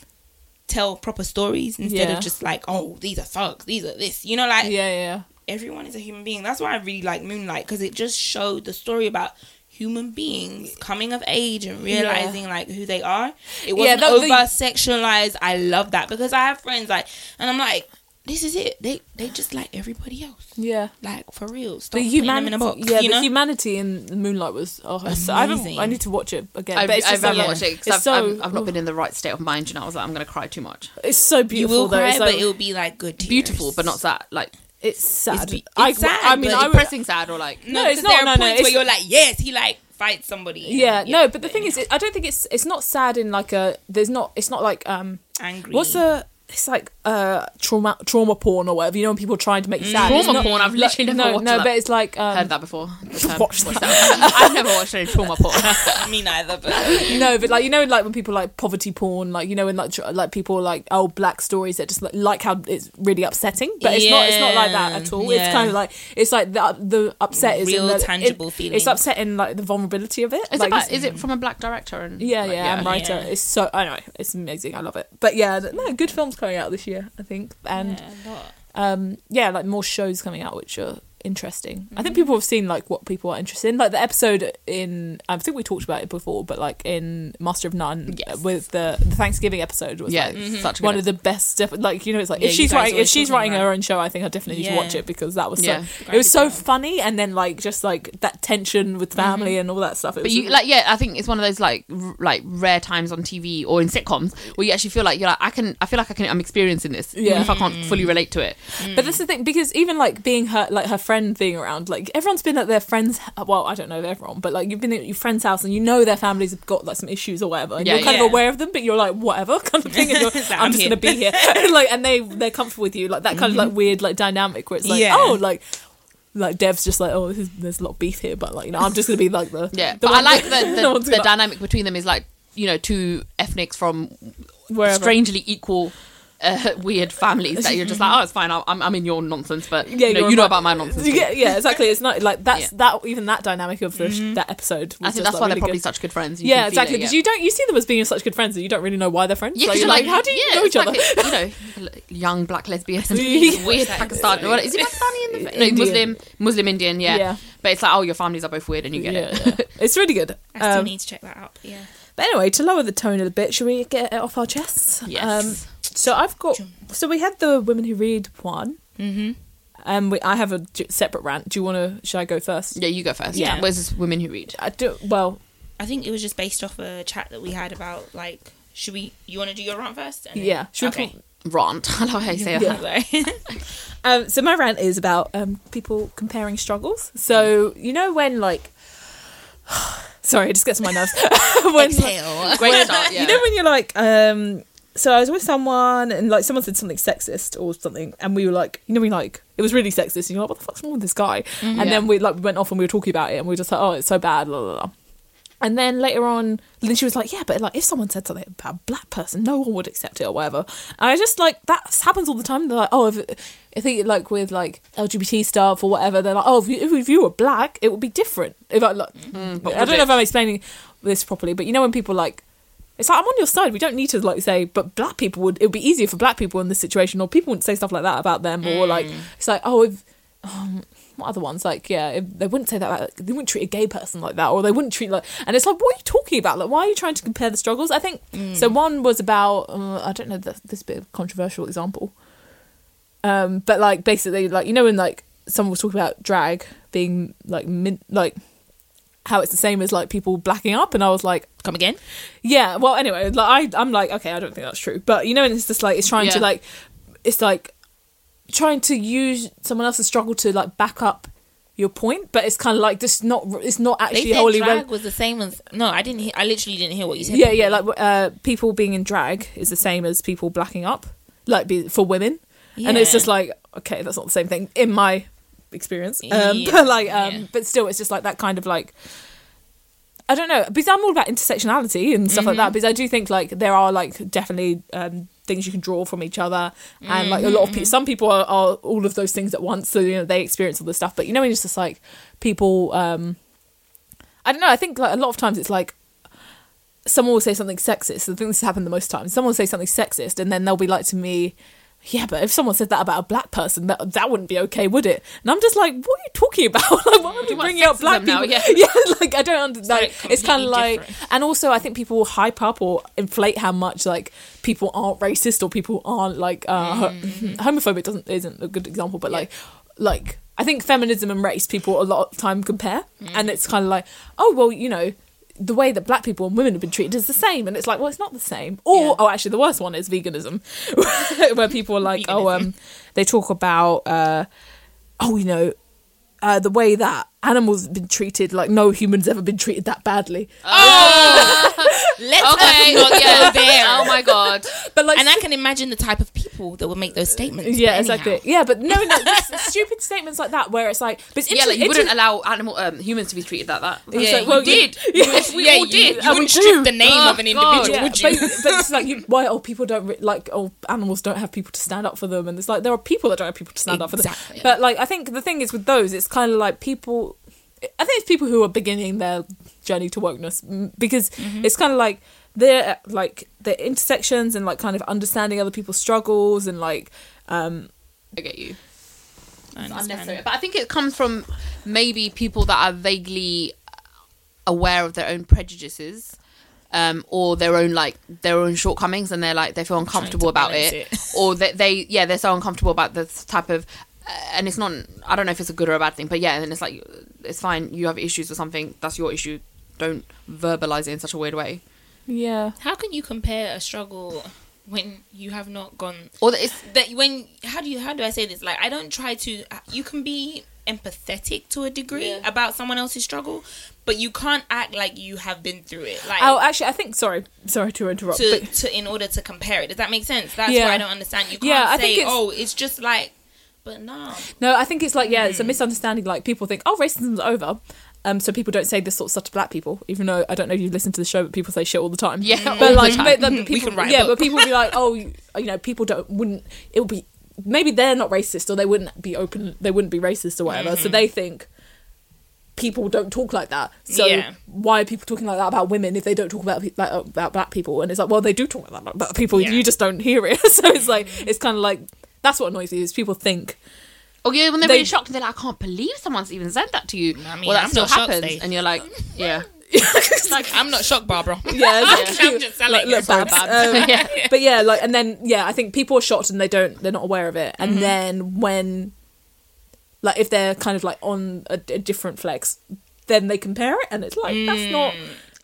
tell proper stories instead Yeah. of just like oh these are thugs, these are this. You know, like yeah, yeah. everyone is a human being. That's why I really like Moonlight because it just showed the story about human beings coming of age and realizing like who they are. It wasn't that- over the- sexualized. I love that because I have friends like and I'm like this is it. They they just like everybody else. Yeah. Like for real, stop The putting them in humanity, a box. yeah, you the know? humanity in Moonlight was oh, it's- I haven't. Amazing. I need to watch it again. I, but it's I just haven't like, watched it It's because I've, so, I've, I've not been in the right state of mind, and I was like, I'm gonna cry too much. It's so You beautiful will though. cry, it's, like, but it'll be like good tears. Beautiful, but not sad. Like it's sad. it's be- it's I, sad, I mean, but I would, depressing sad or like. No, No, because it's there not, are no, no, points where it's- you're like, yes, he like fights somebody. yeah, no. But the thing is, it, I don't think it's it's not sad in like a. There's not. It's not like um. angry. What's the? It's like uh trauma trauma porn or whatever. You know, when people trying to Mm. make you sad. It's Trauma not- porn? I've literally never no, watched no, that. but it's like um, Heard that before. The term. Watch Watch that. I've never watched any trauma porn. me neither? But No, but like you know, like when people like poverty porn, like you know, when like tr- like people like oh black stories that just like, like how it's really upsetting, but it's not it's not like that Yeah, at all. yeah. It's kind of like it's like the the upset is Real in the, tangible it, feeling. It's upset in like the vulnerability of it. Is, like, it about, it's- is it from a black director? And yeah, like, yeah, I'm right. writer. Yeah. It's so I know it's amazing. I love it. But yeah, th- no, good films coming out this year, I think, and Yeah, a lot. um yeah, like more shows coming out which are interesting. I Mm-hmm. think people have seen like what people are interested in. Like the episode in I think we talked about it before, but like in Master of None Yes. uh, with the, the Thanksgiving episode was yeah, like it's such a one good of the best stuff. Like you know, it's like Yeah, if you she's guys writing if always she's talking writing her about- own show, I think I definitely need to Yeah. watch it because that was so Yeah. it was so Grand Prix. funny and then like just like that tension with family and all that stuff. It Mm-hmm. But was you like, yeah, I think it's one of those like, r- like rare times on TV or in sitcoms where you actually feel like you're like, I can, I feel like I can, I'm experiencing this, Yeah. Mm. even if I can't fully relate to it. But that's the thing because even like being her like her friend being around, like everyone's been at their friends. Well, I don't know if everyone, but like you've been at your friend's house and you know their families have got like some issues or whatever, and Yeah, you're kind yeah. of aware of them, but you're like whatever kind of thing. And you're, So I'm I'm just here. gonna be here, like, and they they're comfortable with you, like that kind of Mm-hmm. like weird like dynamic where it's like Yeah. oh like. Like Dev's just like oh this is, there's a lot of beef here but like you know I'm just gonna be like the Yeah, the but I one- like that the the, one's the, gonna- dynamic between them is like you know two ethnics from Wherever. strangely equal. Uh, weird families that you're just like oh it's fine I'm, I'm- I'm in your nonsense but Yeah, you know, you're you know right. about my nonsense too. yeah, yeah exactly it's not like that's Yeah. Mm-hmm. that even that dynamic of the, that episode was I think just, that's like, why they're really probably good. such good friends you yeah, can feel exactly. it, Because yeah. you don't, you see them as being such good friends, and you don't really know why they're friends. Yeah, Like, 'cause you're like, how do you yeah, know each it's other? like, you know, l- young black lesbians, and Yeah. weird Exactly. Pakistani. What, is he Pakistani? In the, no, Indian. Muslim, Muslim Indian. Yeah. Yeah. but it's like, oh, your families are both weird, and you get it. yeah, it's really good. I still Um, need to check that out. but Yeah. but anyway, to lower the tone a bit, should we get it off our chests? Um, Yes. so I've got. So we had the women who read one. Mm-hmm. Um, we, I have a j- separate rant. Do you want to? Should I go first? Yeah, you go first. Yeah. where's this women who read? I do. Well, I think it was just based off a chat that we had about like, should we? You want to do your rant first? And then- yeah. Should we? okay. put- Rant. I love how you say Yeah. that. Um, so my rant is about um, people comparing struggles. So Mm. you know when like, sorry, it just gets on my nerves. when like, Exhale. Great start. Yeah. You know when you're like, um, so I was with someone and like someone said something sexist or something, and we were like, you know, we like it was really sexist, and you're like, what the fuck's wrong with this guy? And Mm-hmm. Yeah. then we like we went off and we were talking about it, and we were just like, oh, it's so bad, la la la. And then later on, then she was like, "Yeah, but like if someone said something about a black person, no one would accept it or whatever." And I just like that happens all the time. They're like, "Oh, if I think like with like LGBT stuff or whatever, they're like, oh, if you, if you were black, it would be different." If I like, Mm-hmm, but I would don't know it? if I'm explaining this properly, but you know when people like. It's like I'm on your side. We don't need to like say, but black people would. It would be easier for black people in this situation, or people wouldn't say stuff like that about them, or like Mm. it's like, oh, if what other ones like yeah if they wouldn't say that like, they wouldn't treat a gay person like that or they wouldn't treat like and it's like what are you talking about like why are you trying to compare the struggles i think so one was about uh, i don't know th- this is a bit of a controversial example um but like basically like you know when like someone was talking about drag being like min- like how it's the same as like people blacking up and i was like Come again. yeah. Well, anyway, like I, I'm like, okay, I don't think that's true. But you know, and it's just like it's trying to Yeah. like, it's like trying to use someone else's struggle to like back up your point, but it's kind of like this not it's not They actually said wholly drag relevant. was the same as. No, I didn't. Hear, I literally didn't hear what you said. Yeah, yeah. Like uh, people being in drag is the same as people blacking up, like be, for women, and it's Yeah. just like okay, that's not the same thing in my experience. Um, Yeah, But like, um, yeah. but still, it's just like that kind of like. I don't know because I'm all about intersectionality and stuff like Mm-hmm. that because I do think like there are like definitely um, things you can draw from each other and like a lot of Mm-hmm. people some people are, are all of those things at once so you know they experience all this stuff but you know when it's just like people um I don't know I think like a lot of times it's like someone will say something sexist. I think this has happened the most times. Someone will say something sexist, and then they'll be like to me, "Yeah, but if someone said that about a black person, that that wouldn't be okay, would it?" And I'm just like, "What are you talking about? like, why are you want bringing up sexism black now, people?" yeah. like I don't understand. like, it's kind of completely like, different. and also I think people will hype up or inflate how much like people aren't racist or people aren't like uh, Mm. ho- Mm-hmm. homophobic. Doesn't isn't a good example, but like like. I think feminism and race people a lot of time compare, Mm. and it's kind of like, oh well, you know, the way that black people and women have been treated is the same and it's like well it's not the same or Yeah. oh actually the worst one is veganism where people are like oh um they talk about uh oh you know uh, the way that animals have been treated like no human's ever been treated that badly Uh, Let's Okay. not go yeah. there. Oh my god. but like and I can imagine the type of people that would make those statements. yeah but exactly anyhow. yeah but no no just stupid statements like that where it's like but it's Yeah, like you inter- wouldn't allow animal um, humans to be treated like that. it's Yeah, like, you well, did. yeah, If we yeah, all you- did. You we would do. strip the name Oh, of an God. individual, Yeah, would you? But, but it's like, you, why? Oh, people don't re- like. Oh, animals don't have people to stand up for them, and it's like there are people that don't have people to stand up for Exactly. them. But like, I think the thing is with those, it's kind of like people. I think it's people who are beginning their journey to wokeness mm, because Mm-hmm. it's kind of like they're like their intersections and like kind of understanding other people's struggles and like I get you. I It's understand. unnecessary. But I think it comes from maybe people that are vaguely aware of their own prejudices. Um, or their own like their own shortcomings, and they're like they feel uncomfortable about it, balance it. or that they yeah they're so uncomfortable about this type of, uh, and it's not I don't know if it's a good or a bad thing, but yeah, and it's like it's fine you have issues with something that's your issue, don't verbalize it in such a weird way, Yeah. How can you compare a struggle when you have not gone or that it's that when how do you how do I say this? Like I don't try to. You can be empathetic to a degree Yeah. about someone else's struggle, but you can't act like you have been through it. Like. Oh, actually, I think. Sorry, sorry to interrupt. to, but to in order to compare it, does that make sense? That's Yeah. why I don't understand. You can't Yeah, I say, think it's- "Oh, it's just like," but no, no, I think it's like yeah, it's Hmm. a misunderstanding. Like people think, oh, racism's over. Um, so people don't say this sort of stuff to black people, even though I don't know if you've listened to the show, but people say shit all the time. Yeah, all but the like, time. but the We people, can write a yeah, book. but people be like, oh, you, you know, people don't wouldn't it would be maybe they're not racist or they wouldn't be open, they wouldn't be racist or whatever. Hmm. So they think people don't talk like that. So Yeah. why are people talking like that about women if they don't talk about pe- like, uh, about black people? And it's like, well, they do talk like that about people. Yeah. Hmm. You just don't hear it. so it's like it's kind of like that's what annoys me is people think Or yeah, when they're They- really shocked and they're like, I can't believe someone's even said that to you. I mean, well, that I'm still not shocked happens. they- And you're like, yeah. like I'm not shocked, Barbara. yeah, it's I'm like, just cute. telling like you. look Sorry, babs. babs. Um, Yeah. but yeah like and then yeah i think people are shocked and they don't they're not aware of it and then when like if they're kind of like on a, a different flex then they compare it and it's like that's not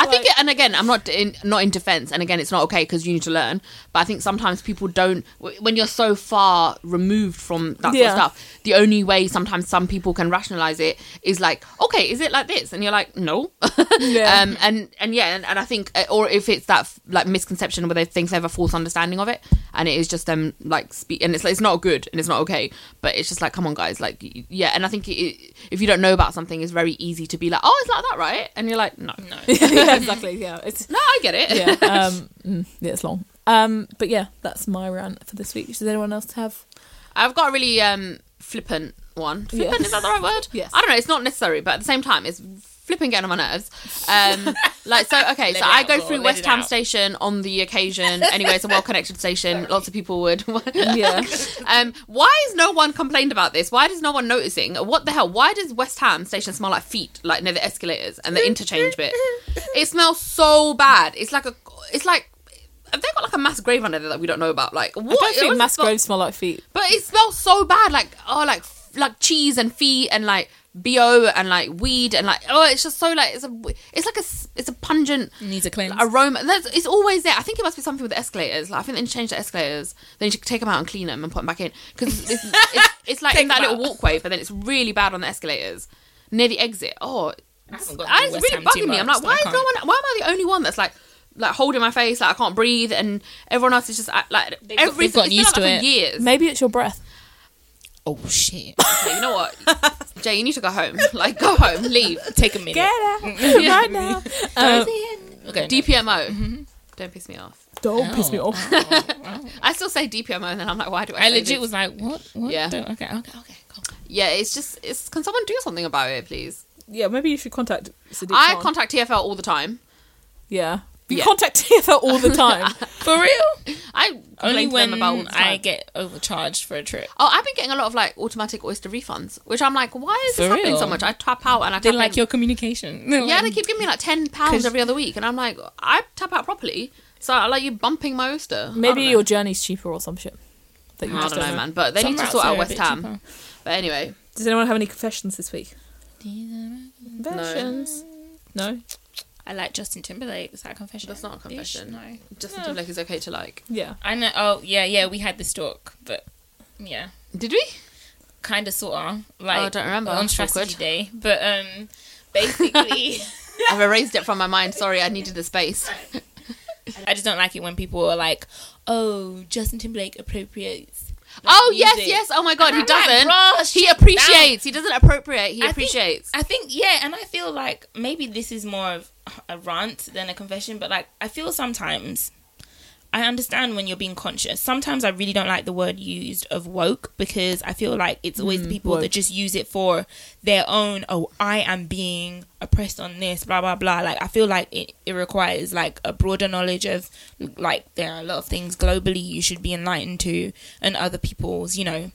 I think, like- it, and again, I'm not in not in defense, and again, it's not okay because you need to learn. But I think sometimes people don't w- when you're so far removed from that Yeah. sort of stuff. The only way sometimes some people can rationalize it is like, okay, is it like this? And you're like, no. Yeah. Um. And and yeah, and, and I think, uh, or if it's that f- like misconception where they think they have a false understanding of it, and it is just them like speak, and it's like, it's not good and it's not okay. But it's just like, come on, guys, like y- yeah. And I think it, if you don't know about something, it's very easy to be like, oh, it's like that, right? And you're like, no. No, yeah, exactly yeah it's No, I get it. yeah um mm, yeah it's long um but yeah that's my rant for this week does anyone else have I've got a really um, flippant one. Flippant Yeah. is that the right word? Yes. I don't know. It's not necessary, but at the same time, it's flipping getting on my nerves. Um, like so, okay. Let so it I out, go girl, through let West it Ham out. Station on the occasion. Anyway, it's a well-connected station. Lots of people would. yeah um, why is no one complained about this? Why does no one noticing? What the hell? Why does West Ham Station smell like feet, like near the escalators and the interchange bit? It smells so bad. It's like a. It's like. Have they got like a mass grave under there that we don't know about? Like i what? don't what think does it mass smell- graves smell like feet but it smells so bad, like oh, like like cheese and feet and like bo and like weed and like oh, it's just so like it's a it's like a s- it's a pungent needs a cleanse. aroma. That's, it's always there. I think it must be something with the escalators. Like I think they need to change the escalators. They need to take them out and clean them and put them back in because it's, it's, it's like Take in that 'em little out. walkway, but then it's really bad on the escalators near the exit. Oh, it's, haven't it's gone to West really Ham too bugging me. I'm much, like, so why I is no can't- one? Why am I the only one that's like? Like holding my face, like I can't breathe, and everyone else is just uh, like They've got- every they've gotten it's been used like to that for it. Years. maybe it's your breath oh shit! Okay, you know what? Jay, you need to go home. Like, go home, leave. Take a minute. get out Yeah. right now Oh. Um, Okay, no. DPMO. Mm-hmm. Don't piss me off. don't piss me off I still say DPMO, and then I'm like, why do I? I say legit this? was like, what? what? Yeah. Don't- Okay. Okay. Okay. Cool. Yeah, it's just. It's. Can someone do something about it, please? yeah maybe you should contact Sadiq I Khan. contact TFL all the time. Yeah. You Yeah. contact TFL all the time. For real? I complain Only to when them about all the time. I get overcharged for a trip. Oh, I've been getting a lot of like automatic Oyster refunds, which I'm like, why is this For happening so real? much? I tap out and I They tap like in. your communication. They're Yeah, like, they keep giving me like ten pounds 'Cause- every other week, and I'm like, I tap out properly, so I like you bumping my oyster. I Maybe don't know. your journey's cheaper or some shit. That you I just don't know, man. But they Some need to routes sort are out a West bit Ham. But anyway, Does anyone have any confessions this week? cheaper. Confessions? No. I like Justin Timberlake. Is that a confession? That's not a confession. No. Justin Timberlake is okay to like. Yeah. I know. Oh, yeah, yeah. We had this talk, but yeah, Did we? kind of sort of like Oh, I don't remember. on That's Strategy awkward. Day. But um, basically, I've erased it from my mind. Sorry, I needed the space. I just don't like it when people are like, "Oh, Justin Timberlake appropriates." like, Oh yes, music." yes. Oh my god, he And I'm like, doesn't. "Bruh, he shut appreciates. He doesn't appropriate. He I think- appreciates. I think yeah, and I feel like maybe this is more of a rant than a confession, but like I feel sometimes I understand when you're being conscious. Sometimes I really don't like the word used of woke because I feel like it's always Mm, the people that woke. just use it for their own, oh, I am being oppressed on this, blah, blah, blah. Like, I feel like it, it requires like a broader knowledge of like there are a lot of things globally you should be enlightened to and other people's, you know,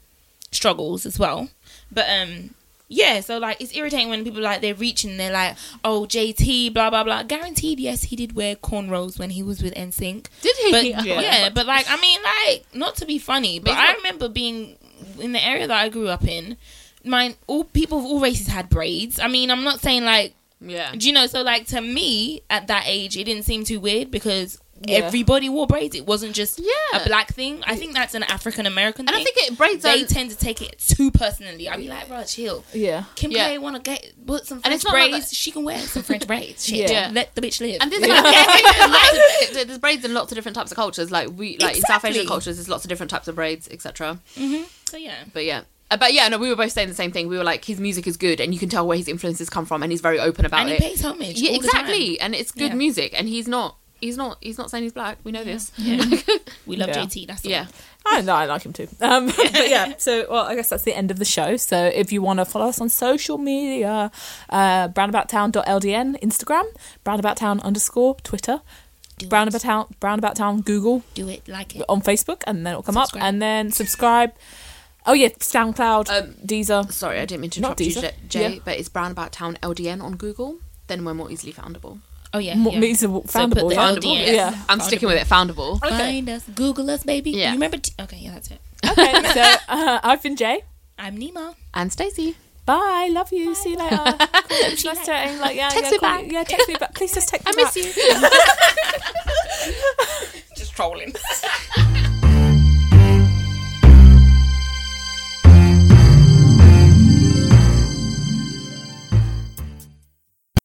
struggles as well. But um yeah, so like it's irritating when people like they're reaching, they're like, oh JT, blah blah blah. Guaranteed, yes, he did wear cornrows when he was with NSYNC. Did he? But, Yeah. yeah. but like I mean, like not to be funny, but But he's I not- remember being in the area that I grew up in. Mine, all people of all races had braids. I mean, I'm not saying like Yeah. do you know? So like to me at that age, it didn't seem too weird because Yeah. everybody wore braids. It wasn't just Yeah. a black thing. I think that's an African American. And I thing. think it braids they are- tend to take it too personally. I'd be like, bro, chill. Yeah. Kim Yeah. K want to get put some And French it's not like braids. that- She can wear some French braids. Shit. Yeah. let the bitch live. And there's, like, there's, there's braids in lots of different types of cultures. Like we, like in South Asian Exactly. cultures, there's lots of different types of braids, etc. so yeah, But yeah, Uh, but yeah, no, we were both saying the same thing. We were like, his music is good, and you can tell where his influences come from, and he's very open about and he it. pays homage. yeah, all the time. exactly, and it's good Yeah. music, and he's not. He's not. He's not saying he's black. We know this. We love Yeah. JT. That's all. Yeah. I know, I like him too. Um, but yeah, so well, I guess that's the end of the show. So if you want to follow us on social media, uh, brownaboutown.ldn, Instagram, brownaboutown underscore Twitter, Do it. brownaboutown, brownaboutown Google Do it like it. on Facebook, and then it'll come Subscribe. up, and then subscribe. Oh yeah, SoundCloud, Um, Deezer. Sorry, I didn't mean to Not interrupt you, Deezer. J- Jay. Yeah. But it's Brown About Town LDN on Google. Then we're more easily foundable. Oh yeah, Mo- yeah. these are put foundable, the yeah? LDN. Yeah. I'm sticking with it. Foundable. Find us, Google us, baby. Yeah. You remember? T- okay, yeah, that's it. Okay, so uh, I've been Jay. I'm Nemo. And Stacey. Bye. Love you. See you later. Cool, it's nice chatting. Like, yeah, Text yeah, me call back. Yeah, text me back. Please just text me I miss back. you.